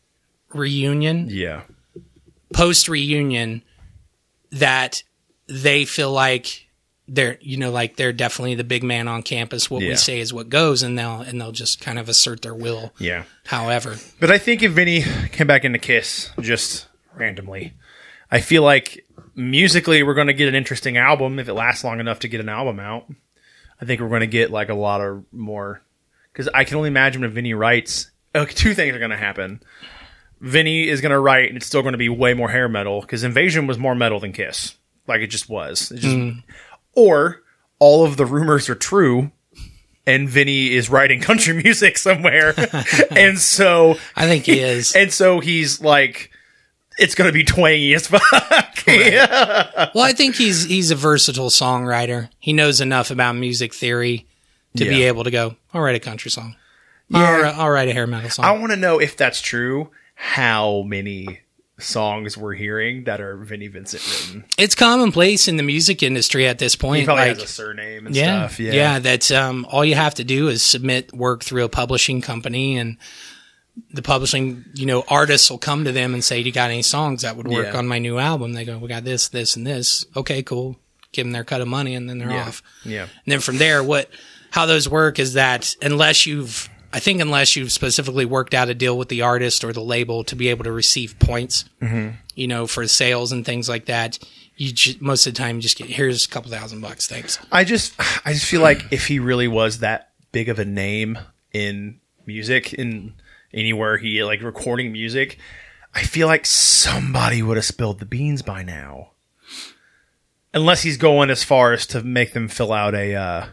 Speaker 1: reunion
Speaker 5: yeah
Speaker 1: post reunion that they feel like they're you know like they're definitely the big man on campus. What
Speaker 5: Yeah.
Speaker 1: we say is what goes, and they'll and they'll just kind of assert their will.
Speaker 5: Yeah.
Speaker 1: However,
Speaker 5: But I think if Vinny came back into Kiss just randomly, I feel like musically we're going to get an interesting album if it lasts long enough to get an album out. I think we're going to get like a lot of more because I can only imagine if Vinny writes. Uh, two things are going to happen. Vinny is going to write, and it's still going to be way more hair metal because Invasion was more metal than Kiss, like it just was. It just, Or all of the rumors are true. And Vinny is writing country music somewhere. and so
Speaker 1: I think he is.
Speaker 5: and so he's like, it's gonna be twangy as fuck. Yeah.
Speaker 1: Well, I think he's he's a versatile songwriter. He knows enough about music theory to be
Speaker 5: Yeah.
Speaker 1: able to go. I'll write a country song. I'll, wri- I'll write a hair metal song.
Speaker 5: I want to know if that's true. How many songs we're hearing that are Vinnie Vincent written?
Speaker 1: it's commonplace in the music industry at this point.
Speaker 5: He probably
Speaker 1: like-
Speaker 5: has a surname and
Speaker 1: yeah,
Speaker 5: stuff. Yeah,
Speaker 1: That's um, all you have to do is submit work through a publishing company, and the publishing, you know, artists will come to them and say, "You got any songs that would work
Speaker 5: Yeah.
Speaker 1: on my new album?" They go, "We got this, this, and this." Okay, cool. Give them their cut of money, and then they're off.
Speaker 5: yeah.
Speaker 1: And then from there, what how those work is that unless you've I think unless you've specifically worked out a deal with the artist or the label to be able to receive points,
Speaker 5: Mm-hmm.
Speaker 1: you know, for sales and things like that, you ju- most of the time you just get here's a couple thousand bucks, thanks.
Speaker 5: I just, I just feel like if he really was that big of a name in music, in anywhere he like recording music, I feel like somebody would have spilled the beans by now. Unless he's going as far as to make them fill out a uh,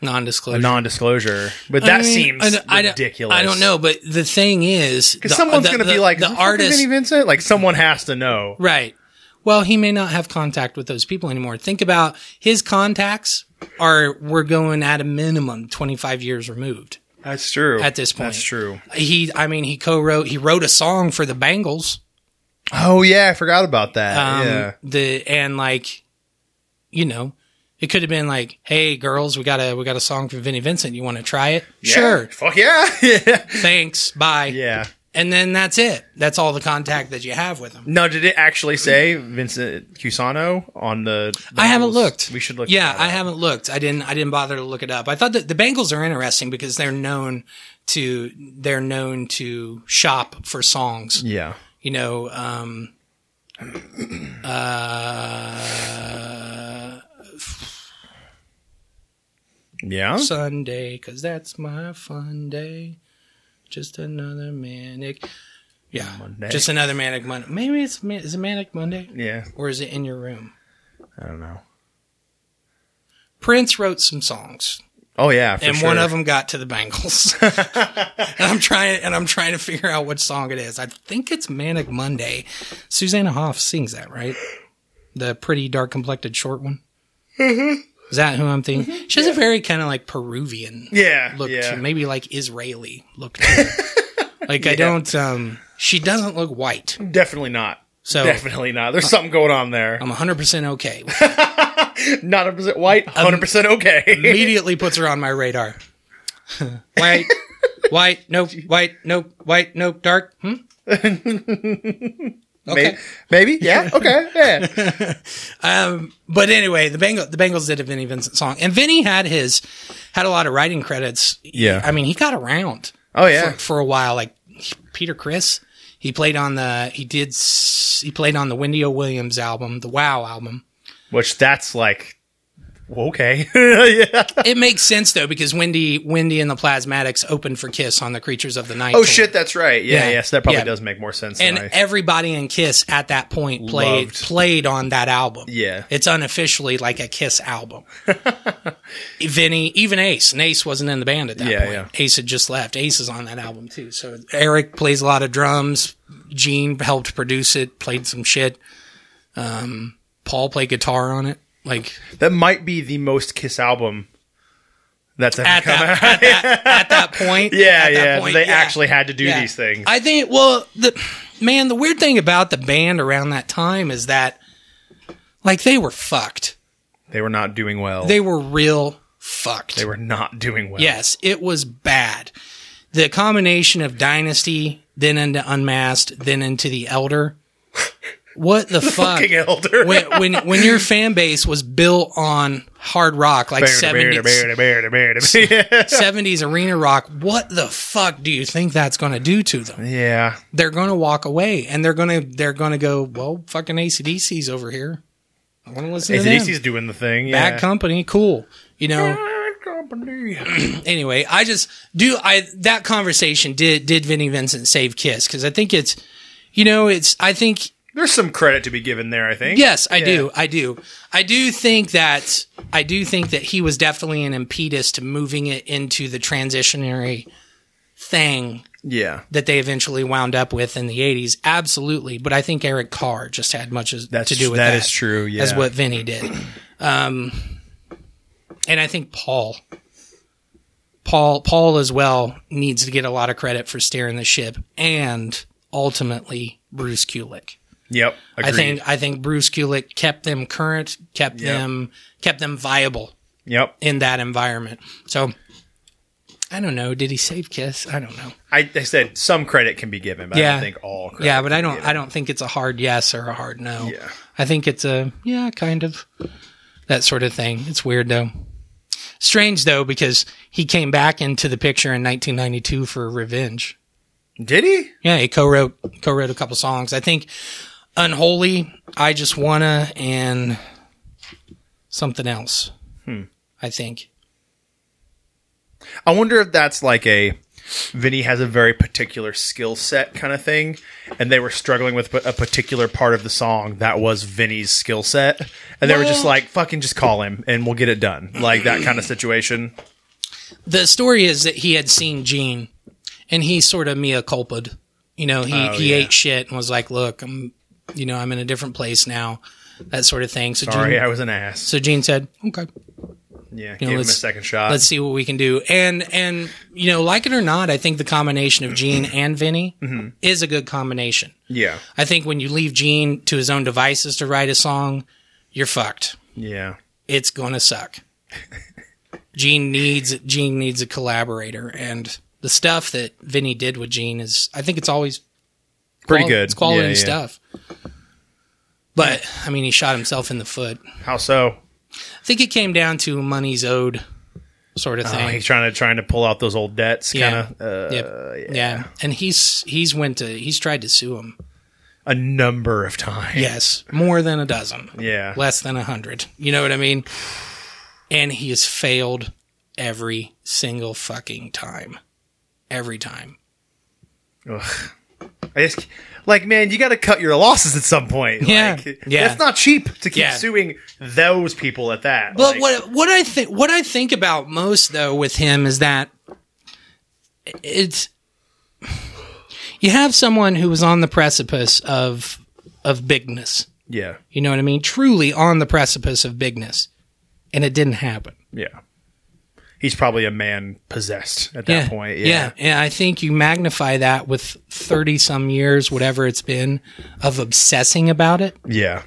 Speaker 1: Non-disclosure.
Speaker 5: non-disclosure, but
Speaker 1: I
Speaker 5: that
Speaker 1: mean,
Speaker 5: seems
Speaker 1: I don't- I don't-
Speaker 5: ridiculous.
Speaker 1: I don't know, but the thing is, the-
Speaker 5: because someone's
Speaker 1: the-
Speaker 5: going to be
Speaker 1: the-
Speaker 5: like
Speaker 1: the artist,
Speaker 5: Vinnie Vincent. Like someone has to know.
Speaker 1: Right. Well, he may not have contact with those people anymore. Think about his contacts are we're going at a minimum 25 years removed.
Speaker 5: That's true.
Speaker 1: At this point.
Speaker 5: that's true.
Speaker 1: He I mean, he co-wrote he wrote a song for the Bangles.
Speaker 5: Oh yeah, I forgot about that.
Speaker 1: Um
Speaker 5: yeah,
Speaker 1: the and like you know, it could have been like, "Hey girls, we got a we got a song for Vinnie Vincent. You want to try it?" Sure.
Speaker 5: Fuck yeah. yeah.
Speaker 1: Thanks. Bye.
Speaker 5: Yeah.
Speaker 1: And then that's it. That's all the contact that you have with him.
Speaker 5: No, did it actually say Vincent Cusano on the?
Speaker 1: I haven't
Speaker 5: Bengals?
Speaker 1: looked.
Speaker 5: We should look.
Speaker 1: Yeah,
Speaker 5: that
Speaker 1: I
Speaker 5: up.
Speaker 1: haven't looked. I didn't. I didn't bother to look it up. I thought that the Bengals are interesting because they're known to they're known to shop for songs.
Speaker 5: Yeah.
Speaker 1: You know, um,
Speaker 5: Yeah.
Speaker 1: Sunday because that's my fun day. Just another manic. Yeah,
Speaker 5: Monday.
Speaker 1: just another manic Monday. Maybe it's ma- is it manic Monday
Speaker 5: yeah.
Speaker 1: or is it in your room?
Speaker 5: I don't know.
Speaker 1: Prince wrote some songs.
Speaker 5: Oh yeah, for
Speaker 1: and
Speaker 5: sure.
Speaker 1: one of them got to the Bengals. and I'm trying and I'm trying to figure out which song it is. I think it's Manic Monday. Susanna Hoff sings that, right? The pretty dark complected short one.
Speaker 5: Mm-hmm.
Speaker 1: Is that who I'm thinking? She has a very kind of like Peruvian
Speaker 5: Yeah.
Speaker 1: look
Speaker 5: yeah.
Speaker 1: to maybe like Israeli look to her. like I don't um she doesn't look white.
Speaker 5: Definitely not.
Speaker 1: So um,
Speaker 5: Definitely not. There's something going on there.
Speaker 1: I'm 100% okay. with
Speaker 5: Not 100% white,
Speaker 1: um,
Speaker 5: 100% okay.
Speaker 1: immediately puts her on my radar. white, white, nope, white, nope, white, nope, dark. Hmm? okay.
Speaker 5: Maybe? Yeah. Okay. Yeah.
Speaker 1: But anyway, the Bengals, the Bengals did a Vinnie Vincent song, and Vinnie had his had a lot of writing credits.
Speaker 5: Yeah.
Speaker 1: I mean, he got around
Speaker 5: Oh yeah.
Speaker 1: for, for a while. Like Peter Chris, he played on the he did s- he played on the Wendy O. Williams album, the Wow album.
Speaker 5: Which that's like okay. yeah.
Speaker 1: it makes sense though because Wendy Wendy and the Plasmatics opened for Kiss on the Creatures of the Night.
Speaker 5: Oh
Speaker 1: tour.
Speaker 5: shit, that's right. Yeah,
Speaker 1: Yeah.
Speaker 5: yeah. So that probably
Speaker 1: Yeah.
Speaker 5: does make more sense.
Speaker 1: and
Speaker 5: than I-
Speaker 1: everybody in Kiss at that point played
Speaker 5: Loved.
Speaker 1: played on that album.
Speaker 5: Yeah.
Speaker 1: it's unofficially like a Kiss album. Vinny, even Ace, and Ace wasn't in the band at that
Speaker 5: Yeah,
Speaker 1: point.
Speaker 5: yeah.
Speaker 1: Ace had just left. Ace is on that album too. So Eric plays a lot of drums. Gene helped produce it, played some shit. Um, Paul played guitar on it. Like
Speaker 5: that might be the most Kiss album that's ever
Speaker 1: at
Speaker 5: come out.
Speaker 1: that, at that at that point,
Speaker 5: Yeah,
Speaker 1: at that
Speaker 5: yeah.
Speaker 1: point,
Speaker 5: they
Speaker 1: yeah.
Speaker 5: actually had to do
Speaker 1: Yeah.
Speaker 5: these things.
Speaker 1: I think. Well, the man, the weird thing about the band around that time is that, like, they were fucked.
Speaker 5: they were not doing well.
Speaker 1: They were real fucked.
Speaker 5: They were not doing well.
Speaker 1: Yes, it was bad. The combination of Dynasty, then into Unmasked, then into the Elder What the fuck?
Speaker 5: fucking elder.
Speaker 1: when, when when your fan base was built on hard rock, like 70s, 70s arena rock, what the fuck do you think that's going to do to them?
Speaker 5: yeah.
Speaker 1: They're going to walk away, and they're going to they're going to go. Well, fucking ACDC's over here. I want to listen to them.
Speaker 5: ACDC's doing the thing. Yeah.
Speaker 1: Bad company, cool. You know.
Speaker 5: Bad company.
Speaker 1: anyway, I just do I that conversation did did Vinnie Vincent save Kiss because I think it's you know it's I think
Speaker 5: There's some credit to be given there, I think.
Speaker 1: yes I do I do I do think that I do think that he was definitely an impetus to moving it into the transitionary thing
Speaker 5: Yeah.
Speaker 1: that they eventually wound up with in the 80s absolutely but I think Eric Carr just had much as,
Speaker 5: That's-
Speaker 1: to do with
Speaker 5: that
Speaker 1: that
Speaker 5: is true, yeah.
Speaker 1: as what Vinnie did um and I think Paul Paul Paul as well needs to get a lot of credit for steering the ship and ultimately Bruce Kulick.
Speaker 5: Yep. Agreed.
Speaker 1: I think I think Bruce Kulick kept them current, kept
Speaker 5: Yeah.
Speaker 1: them kept them viable
Speaker 5: Yep.
Speaker 1: in that environment. So I don't know. Did he save Kiss? I don't know.
Speaker 5: I, I said some credit can be given, but I
Speaker 1: Yeah.
Speaker 5: don't think all credit.
Speaker 1: Yeah, but I
Speaker 5: can be
Speaker 1: don't.
Speaker 5: given.
Speaker 1: I don't think it's a hard yes or a hard no.
Speaker 5: Yeah.
Speaker 1: I think it's a yeah, kind of that sort of thing. It's weird though. Strange though because he came back into the picture in 1992 for Revenge.
Speaker 5: Did he?
Speaker 1: Yeah, he co-wrote co-wrote a couple songs. I think Unholy, I Just Wanna, and something else. I think.
Speaker 5: I wonder if that's like a Vinny has a very particular skill set kind of thing, and they were struggling with a particular part of the song that was Vinny's skill set, and they were just like, "Fucking just call him, and we'll get it done," like that kind of situation.
Speaker 1: the story is that he had seen Gene and he sort of mea culpa'd. You know, he, he ate shit and was like, look, I'm, you know, I'm in a different place now, that sort of thing. So,
Speaker 5: Sorry,
Speaker 1: Gene,
Speaker 5: I was an ass.
Speaker 1: so Gene said, okay,
Speaker 5: Yeah,
Speaker 1: know,
Speaker 5: give him a
Speaker 1: let's-
Speaker 5: second shot.
Speaker 1: let's see what we can do. And, and, you know, like it or not, I think the combination of Gene and Vinny is a good combination.
Speaker 5: yeah,
Speaker 1: I think when you leave Gene to his own devices to write a song, you're fucked.
Speaker 5: yeah,
Speaker 1: It's going to suck. Gene needs Gene needs a collaborator, and the stuff that Vinny did with Gene is, I think it's always
Speaker 5: pretty
Speaker 1: quali-
Speaker 5: good.
Speaker 1: It's quality
Speaker 5: Yeah, yeah.
Speaker 1: stuff. But I mean, he shot himself in the foot.
Speaker 5: How so?
Speaker 1: I think it came down to money's owed, sort of
Speaker 5: Oh,
Speaker 1: thing.
Speaker 5: he's trying to trying to pull out those old debts,
Speaker 1: Yeah.
Speaker 5: kind of. Uh,
Speaker 1: Yep. yeah. and he's he's went to he's tried to sue him.
Speaker 5: A number of times.
Speaker 1: Yes, more than a dozen.
Speaker 5: Yeah.
Speaker 1: less than a hundred. You know what I mean? And he has failed every single fucking time. Every time.
Speaker 5: Ugh. I just like man, you got to cut your losses at some point.
Speaker 1: Yeah.
Speaker 5: like,
Speaker 1: Yeah.
Speaker 5: That's not cheap to keep
Speaker 1: Yeah.
Speaker 5: suing those people at that.
Speaker 1: But
Speaker 5: Like,
Speaker 1: what what I think what I think about most though with him is that it's you have someone who was on the precipice of of bigness.
Speaker 5: Yeah,
Speaker 1: You know what I mean? Truly on the precipice of bigness, and it didn't happen.
Speaker 5: yeah. He's probably a man possessed at that point. Yeah.
Speaker 1: yeah, And I think you magnify that with thirty some years, whatever it's been, of obsessing about it.
Speaker 5: yeah.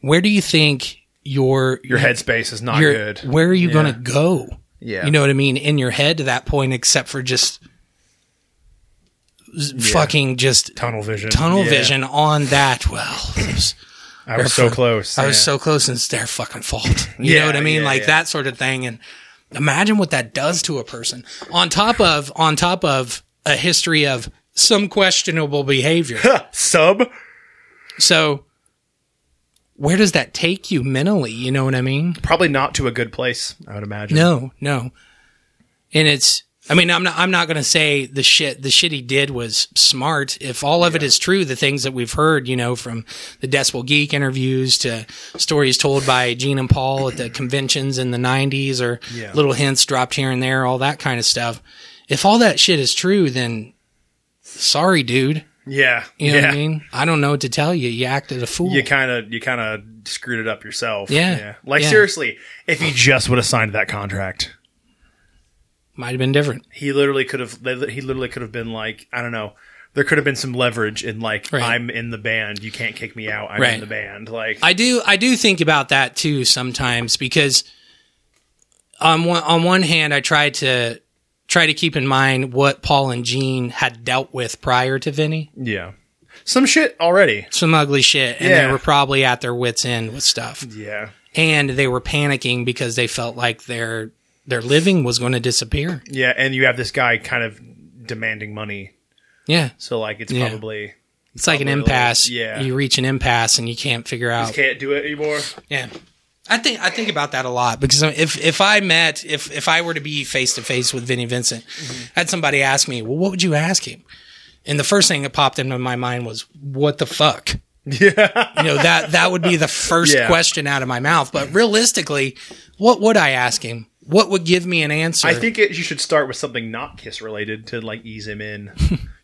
Speaker 1: Where do you think your
Speaker 5: Your headspace is not
Speaker 1: you're-
Speaker 5: good.
Speaker 1: Where are you going to go?
Speaker 5: Yeah.
Speaker 1: You know what I mean? In your head to that point, except for just z- fucking just
Speaker 5: tunnel vision.
Speaker 1: tunnel
Speaker 5: Yeah.
Speaker 1: vision on that. Well, it was-
Speaker 5: I was so close.
Speaker 1: I was
Speaker 5: Yeah.
Speaker 1: so close, and it's their fucking fault. You
Speaker 5: Yeah,
Speaker 1: know what I mean?
Speaker 5: yeah,
Speaker 1: like
Speaker 5: yeah.
Speaker 1: that sort of thing. And imagine what that does to a person. On top of, on top of a history of some questionable behavior.
Speaker 5: sub.
Speaker 1: so, where does that take you mentally? You know what I mean?
Speaker 5: Probably not to a good place. I would imagine.
Speaker 1: No, no. And it's I mean, I'm not I'm not gonna say the shit the shit he did was smart. If all of it is true, the things that we've heard, you know, from the Decibel Geek interviews to stories told by Gene and Paul at the conventions in the nineties or
Speaker 5: Yeah.
Speaker 1: little hints dropped here and there, all that kind of stuff. If all that shit is true, then sorry, dude.
Speaker 5: Yeah.
Speaker 1: You know
Speaker 5: yeah.
Speaker 1: what I mean? I don't know what to tell you. You acted a fool.
Speaker 5: You kind of you kind of screwed it up yourself.
Speaker 1: Yeah.
Speaker 5: Like
Speaker 1: Yeah.
Speaker 5: seriously, if he just would have signed that contract.
Speaker 1: Might have been different.
Speaker 5: he literally could have he literally could have been like i don't know there could have been some leverage in like
Speaker 1: Right.
Speaker 5: i'm in the band you can't kick me out i'm in
Speaker 1: Right.
Speaker 5: the band like
Speaker 1: I do I do think about that too sometimes because on one on one hand I try to try to keep in mind what Paul and Gene had dealt with prior to Vinny.
Speaker 5: yeah some shit already.
Speaker 1: some ugly shit, and
Speaker 5: Yeah.
Speaker 1: they were probably at their wits' end with stuff,
Speaker 5: Yeah.
Speaker 1: and they were panicking because they felt like their their living was going to disappear.
Speaker 5: Yeah, and you have this guy kind of demanding money.
Speaker 1: Yeah,
Speaker 5: So like it's
Speaker 1: Yeah.
Speaker 5: probably
Speaker 1: it's like an
Speaker 5: Probably,
Speaker 1: impasse.
Speaker 5: yeah.
Speaker 1: you reach an impasse and you can't figure out.
Speaker 5: can't do it anymore.
Speaker 1: Yeah. I think I think about that a lot because if if I met if if I were to be face to face with Vinnie Vincent,
Speaker 5: Mm-hmm.
Speaker 1: I had somebody ask me, "Well, what would you ask him?" And the first thing that popped into my mind was, "What the fuck?" Yeah, you know that that would be the first
Speaker 5: Yeah.
Speaker 1: question out of my mouth. But realistically, what would I ask him? What would give me an answer?
Speaker 5: I think it, you should start with something not kiss related to like ease him in.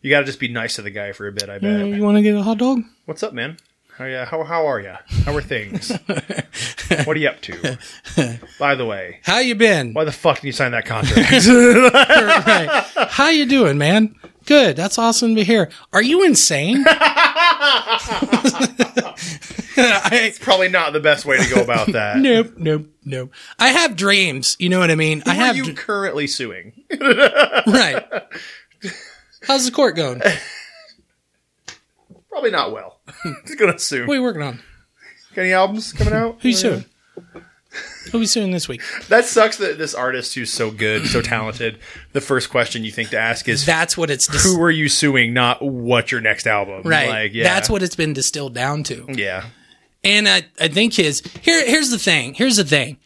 Speaker 5: you got to just be nice to the guy for a bit. I bet.
Speaker 1: Hey, you want to get a hot dog?
Speaker 5: What's up, man? How ya? How how are ya? How are things? what are you up to? By the way,
Speaker 1: How you been?
Speaker 5: why the fuck did you sign that contract?
Speaker 1: Right. How you doing, man? Good. That's awesome to hear. Are you insane? I,
Speaker 5: Probably not the best way to go about that.
Speaker 1: nope, nope, nope. I have dreams. You know what I mean? I
Speaker 5: Who are
Speaker 1: have
Speaker 5: you
Speaker 1: dr-
Speaker 5: currently suing?
Speaker 1: right. How's the court going? What
Speaker 5: Probably not well. Just gonna sue.
Speaker 1: are you working on?
Speaker 5: Got any albums coming out?
Speaker 1: Who you suing? Who we suing this week?
Speaker 5: That sucks that this artist who's so good, so talented, the first question you think to ask is
Speaker 1: That's what it's dis-
Speaker 5: who are you suing, not what's your next album.
Speaker 1: right.
Speaker 5: Like, yeah.
Speaker 1: That's what it's been distilled down to.
Speaker 5: Yeah.
Speaker 1: And I, I think his here here's the thing. Here's the thing.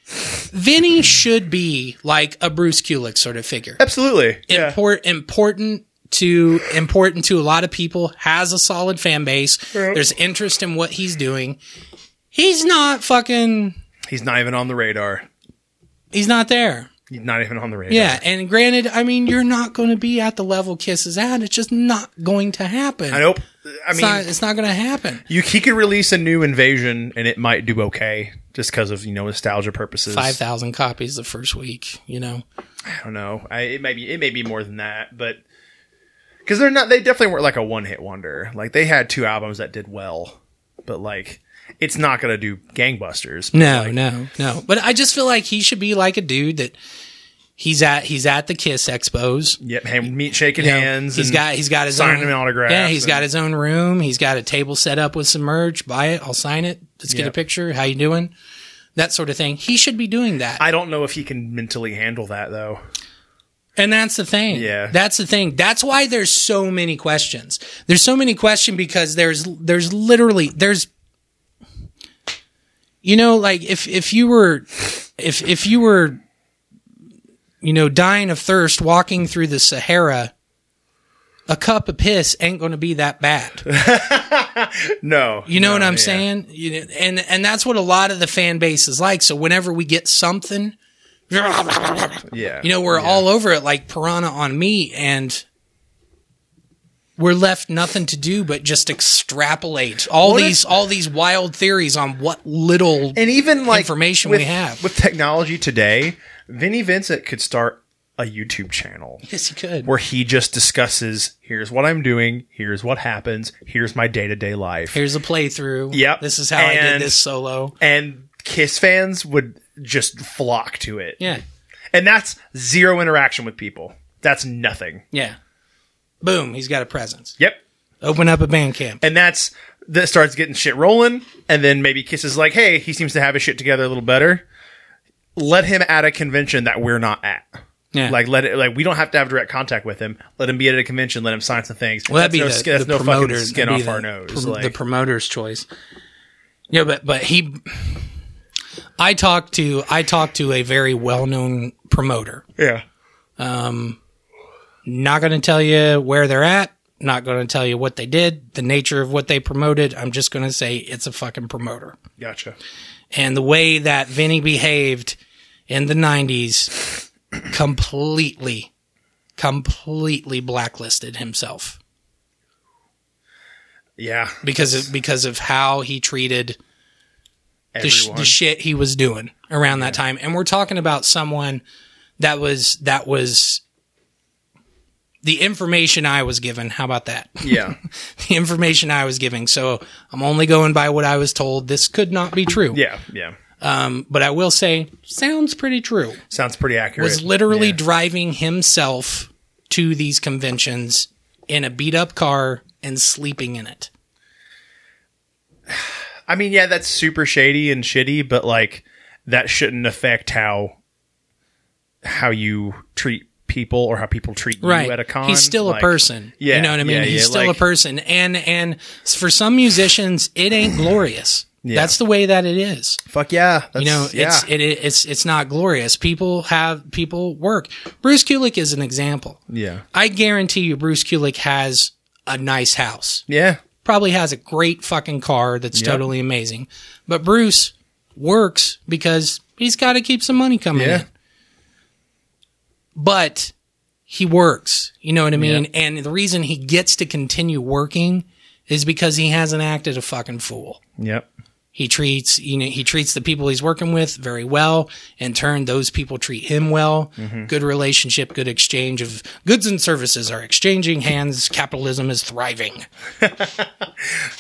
Speaker 1: Vinny should be like a Bruce Kulick sort of figure.
Speaker 5: Absolutely. Yeah.
Speaker 1: Import, important to important to a lot of people has a solid fan base there's interest in what he's doing he's not fucking
Speaker 5: He's not even on the radar.
Speaker 1: he's not there
Speaker 5: He's not even on the radar.
Speaker 1: yeah and granted i mean you're not going to be at the level kiss is at it's just not going to happen
Speaker 5: I hope. I
Speaker 1: it's
Speaker 5: mean,
Speaker 1: not, it's not going to happen
Speaker 5: you he could release a new invasion and it might do okay just because of you know nostalgia purposes.
Speaker 1: 5000 copies the first week you know
Speaker 5: I don't know. I, it may be it may be more than that, but because they're not they definitely weren't like a one hit wonder. Like they had two albums that did well, but like it's not gonna do gangbusters.
Speaker 1: no no no but i just feel like he should be like a dude that he's at he's at the kiss expos
Speaker 5: Yep, hand, meet shaking
Speaker 1: you know,
Speaker 5: hands.
Speaker 1: He's
Speaker 5: and
Speaker 1: got he's got his
Speaker 5: signing
Speaker 1: own
Speaker 5: autographs
Speaker 1: Yeah, he's
Speaker 5: and-
Speaker 1: got his own room. He's got a table set up with some merch. Buy it. I'll sign it. Let's get a
Speaker 5: Yep.
Speaker 1: picture. How you doing? That sort of thing. He should be doing that.
Speaker 5: I don't know if he can mentally handle that though.
Speaker 1: and that's the thing.
Speaker 5: Yeah.
Speaker 1: That's the thing. That's why there's so many questions. There's so many questions because there's there's literally there's you know like if if you were if if you were you know dying of thirst walking through the Sahara a cup of piss ain't going to be that bad.
Speaker 5: No,
Speaker 1: You know
Speaker 5: no,
Speaker 1: what I'm
Speaker 5: yeah.
Speaker 1: saying? You know, and and that's what a lot of the fan base is like. So whenever we get something, you know,
Speaker 5: Yeah,
Speaker 1: we're all over it like piranha on meat, and we're left nothing to do but just extrapolate all
Speaker 5: What if-
Speaker 1: these all these wild theories on what little
Speaker 5: and even like
Speaker 1: information
Speaker 5: with,
Speaker 1: we have.
Speaker 5: with technology today, Vinnie Vincent could start a YouTube channel.
Speaker 1: yes, you could.
Speaker 5: where he just discusses here's what I'm doing, here's what happens, here's my day to day life.
Speaker 1: Here's a playthrough.
Speaker 5: Yep.
Speaker 1: This is how I did
Speaker 5: And-
Speaker 1: this solo.
Speaker 5: and Kiss fans would just flock to it.
Speaker 1: Yeah.
Speaker 5: And that's zero interaction with people. That's nothing.
Speaker 1: Yeah. Boom. He's got a presence.
Speaker 5: Yep.
Speaker 1: Open up a band camp.
Speaker 5: And that's that starts getting shit rolling. And then maybe Kiss is like, hey, he seems to have his shit together a little better. Let him at a convention that we're not at.
Speaker 1: Yeah.
Speaker 5: Like let it like we don't have to have direct contact with him. Let him be at a convention. Let him sign some things.
Speaker 1: Well, that'd be
Speaker 5: no
Speaker 1: the,
Speaker 5: skin- that's
Speaker 1: the
Speaker 5: no
Speaker 1: promoter.
Speaker 5: fucking skin
Speaker 1: that'd
Speaker 5: off
Speaker 1: be the
Speaker 5: our nose.
Speaker 1: pr-
Speaker 5: like,
Speaker 1: the promoter's choice. Yeah, but but he, I talked to I talked to a very well known promoter.
Speaker 5: yeah,
Speaker 1: Not going to tell you where they're at. Not going to tell you what they did, the nature of what they promoted. I'm just going to say it's a fucking promoter.
Speaker 5: gotcha.
Speaker 1: And the way that Vinny behaved in the 90s completely, completely blacklisted himself.
Speaker 5: Yeah,
Speaker 1: because of because of how he treated the, sh-
Speaker 5: everyone.
Speaker 1: the shit he was doing around that time and we're talking about someone that was that was the information i was given how about that
Speaker 5: Yeah.
Speaker 1: the information i was giving so i'm only going by what i was told this could not be true
Speaker 5: Yeah. Yeah.
Speaker 1: but i will say sounds pretty true
Speaker 5: Sounds pretty accurate.
Speaker 1: was literally
Speaker 5: Yeah.
Speaker 1: driving himself to these conventions in a beat up car and sleeping in it
Speaker 5: I mean, yeah, that's super shady and shitty, but like that shouldn't affect how how you treat people or how people treat
Speaker 1: right.
Speaker 5: you at a con.
Speaker 1: He's still
Speaker 5: Like,
Speaker 1: a person.
Speaker 5: yeah,
Speaker 1: you know what I mean.
Speaker 5: yeah,
Speaker 1: He's
Speaker 5: yeah,
Speaker 1: still
Speaker 5: like-
Speaker 1: a person, and and for some musicians, it ain't glorious. That's the way that it is.
Speaker 5: Fuck yeah, that's,
Speaker 1: You know,
Speaker 5: yeah.
Speaker 1: it's it, it, it's it's not glorious. People have people work. Bruce Kulick is an example.
Speaker 5: yeah,
Speaker 1: I guarantee you, Bruce Kulick has a nice house.
Speaker 5: yeah,
Speaker 1: Probably has a great fucking car that's
Speaker 5: Yep.
Speaker 1: totally amazing. But Bruce works because he's got to keep some money coming
Speaker 5: Yeah.
Speaker 1: in. But he works. You know what I mean? And the reason he gets to continue working is because he hasn't acted a fucking fool.
Speaker 5: yep,
Speaker 1: He treats you know he treats the people he's working with very well. In turn, those people treat him well.
Speaker 5: Mm-hmm.
Speaker 1: Good relationship, good exchange of goods and services are exchanging hands. Capitalism is thriving,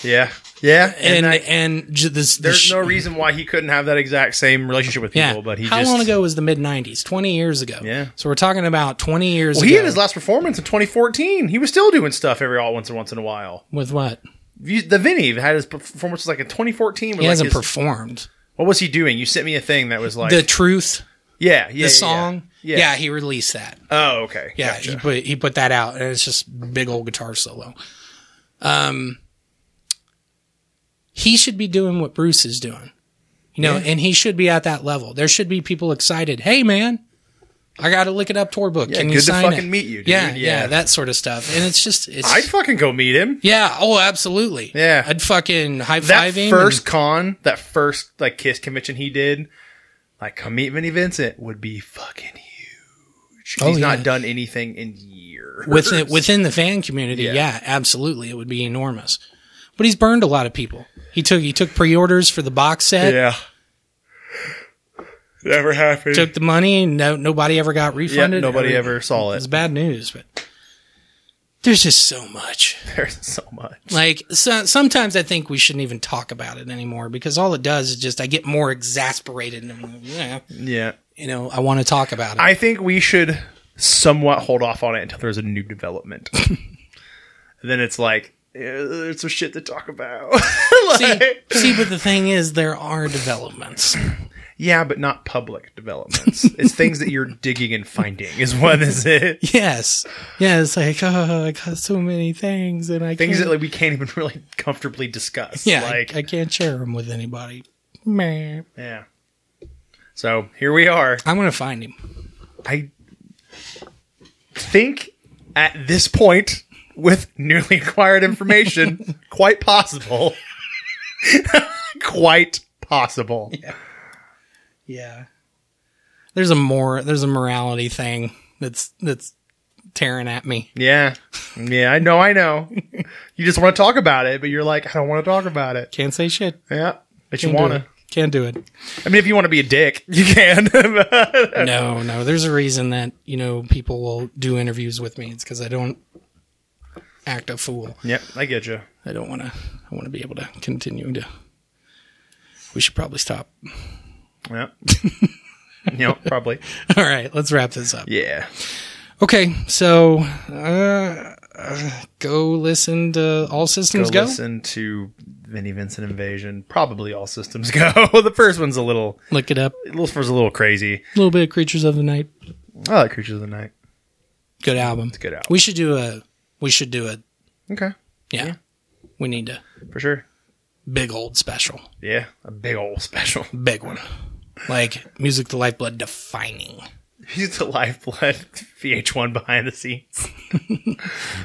Speaker 5: yeah, yeah.
Speaker 1: and
Speaker 5: I-
Speaker 1: and, j- this,
Speaker 5: there's
Speaker 1: this-
Speaker 5: no reason why he couldn't have that exact same relationship with people,
Speaker 1: yeah.
Speaker 5: but he
Speaker 1: How
Speaker 5: just
Speaker 1: long ago was the mid '90s? Twenty years ago.
Speaker 5: Yeah.
Speaker 1: So we're talking about twenty years.
Speaker 5: Well,
Speaker 1: ago
Speaker 5: he had his last performance in 2014. He was still doing stuff every all once and once in a while.
Speaker 1: with what
Speaker 5: You- The Vinny had his performance like in 2014. With
Speaker 1: he
Speaker 5: like
Speaker 1: hasn't
Speaker 5: his-
Speaker 1: performed.
Speaker 5: what was he doing? You sent me a thing that was like
Speaker 1: the truth,
Speaker 5: yeah, yeah, yeah,
Speaker 1: the song.
Speaker 5: Yeah.
Speaker 1: yeah, he released that.
Speaker 5: Yeah. Oh, okay.
Speaker 1: Yeah,
Speaker 5: Gotcha.
Speaker 1: he put he put that out, and it's just big old guitar solo. Um, he should be doing what Bruce is doing, you know, and he should be at that level. There should be people excited. Hey, man, I got to lick it up tour book. Can you
Speaker 5: good to
Speaker 1: sign
Speaker 5: fucking
Speaker 1: it?
Speaker 5: meet you, dude.
Speaker 1: Yeah, yeah,
Speaker 5: Yeah.
Speaker 1: that sort of stuff. And it's just it's
Speaker 5: I'd fucking go meet him.
Speaker 1: yeah. Oh, absolutely.
Speaker 5: Yeah.
Speaker 1: I'd fucking high
Speaker 5: That
Speaker 1: five him.
Speaker 5: first con, that first like kiss convention he did, like come meet Vinny Vincent would be fucking huge.
Speaker 1: Oh,
Speaker 5: He's
Speaker 1: yeah.
Speaker 5: not done anything in years.
Speaker 1: and within within the fan community.
Speaker 5: Yeah.
Speaker 1: yeah, absolutely, it would be enormous. But he's burned a lot of people. He took he took pre-orders for the box set.
Speaker 5: yeah, never happened.
Speaker 1: took the money and no, nobody ever got
Speaker 5: yeah,
Speaker 1: refunded.
Speaker 5: nobody
Speaker 1: Every-
Speaker 5: ever saw
Speaker 1: It's
Speaker 5: it.
Speaker 1: bad news, but there's just so much.
Speaker 5: There's so much.
Speaker 1: Like so, sometimes I think we shouldn't even talk about it anymore because all it does is just I get more exasperated and I'm like, yeah,
Speaker 5: Yeah.
Speaker 1: you know, I want to talk about it.
Speaker 5: I think we should somewhat hold off on it until there's a new development. then it's like, eh, there's some shit to talk about. Like-
Speaker 1: see, see, but the thing is, there are developments.
Speaker 5: yeah, but not public developments. it's things that you're digging and finding, is what is it?
Speaker 1: Yes, yeah, it's like oh, I got so many things and I
Speaker 5: Things that
Speaker 1: can't,
Speaker 5: like we can't even really comfortably discuss.
Speaker 1: yeah, I-
Speaker 5: like
Speaker 1: I, can't share them with anybody. Meh.
Speaker 5: yeah. So here we are.
Speaker 1: I'm gonna find him.
Speaker 5: I think at this point, with newly acquired information, quite possible. quite possible.
Speaker 1: Yeah. There's a more there's a morality thing that's that's tearing at me.
Speaker 5: Yeah. Yeah, I know, I know. You just want to talk about it, but you're like, I don't want to talk about it.
Speaker 1: Can't say shit.
Speaker 5: Yeah. But you
Speaker 1: Can't
Speaker 5: want
Speaker 1: do
Speaker 5: to.
Speaker 1: it. Can't do it.
Speaker 5: I mean, if you want to be a dick, you can.
Speaker 1: No, no. There's a reason that you know people will do interviews with me. It's because I don't act a fool.
Speaker 5: yep, I get you.
Speaker 1: I don't want to. I want to be able to continue to. We should probably stop.
Speaker 5: Yep. yeah, probably.
Speaker 1: All right, let's wrap this up.
Speaker 5: Yeah.
Speaker 1: Okay, so uh, uh, go listen to All Systems Go.
Speaker 5: listen to Vinnie Vincent Invasion. Probably all systems go. the first one's a little,
Speaker 1: Look it up.
Speaker 5: little first a little crazy.
Speaker 1: A little bit of Creatures of the Night.
Speaker 5: I like Creatures of the Night.
Speaker 1: Good album.
Speaker 5: a good album.
Speaker 1: We should do a. We should do a.
Speaker 5: Okay,
Speaker 1: Yeah. We need a
Speaker 5: for sure.
Speaker 1: big old special,
Speaker 5: Yeah, a big old special.
Speaker 1: big one, like music to lifeblood defining.
Speaker 5: He's the lifeblood. VH1 behind the scenes.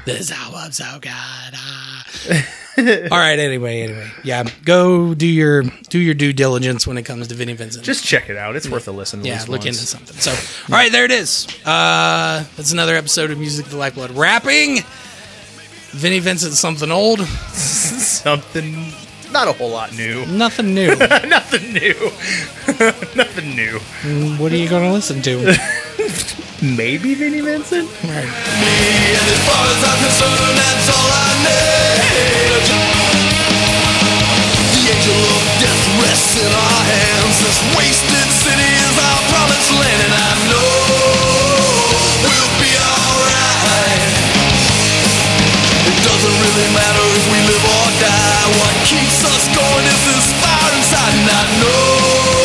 Speaker 1: This album's so good. ah. All right. Anyway. Anyway. Yeah. Go do your do your due diligence when it comes to Vinnie Vincent.
Speaker 5: Just check it out. It's worth a listen. At
Speaker 1: yeah.
Speaker 5: least
Speaker 1: Look
Speaker 5: once.
Speaker 1: into something. So. All right. There it is. Uh, that's another episode of Music to Lifeblood. Rapping. Vinnie Vincent, something old,
Speaker 5: something. Not a whole lot new.
Speaker 1: nothing new.
Speaker 5: Nothing new. Nothing new.
Speaker 1: what are you going to listen to?
Speaker 5: Maybe Vinnie Vincent.
Speaker 2: The angel of death rests in our hands. This wasted city is our promised land, and I know we'll be alright. It doesn't doesn't really matter if we live or die. What keeps us going is this fire inside, and I know.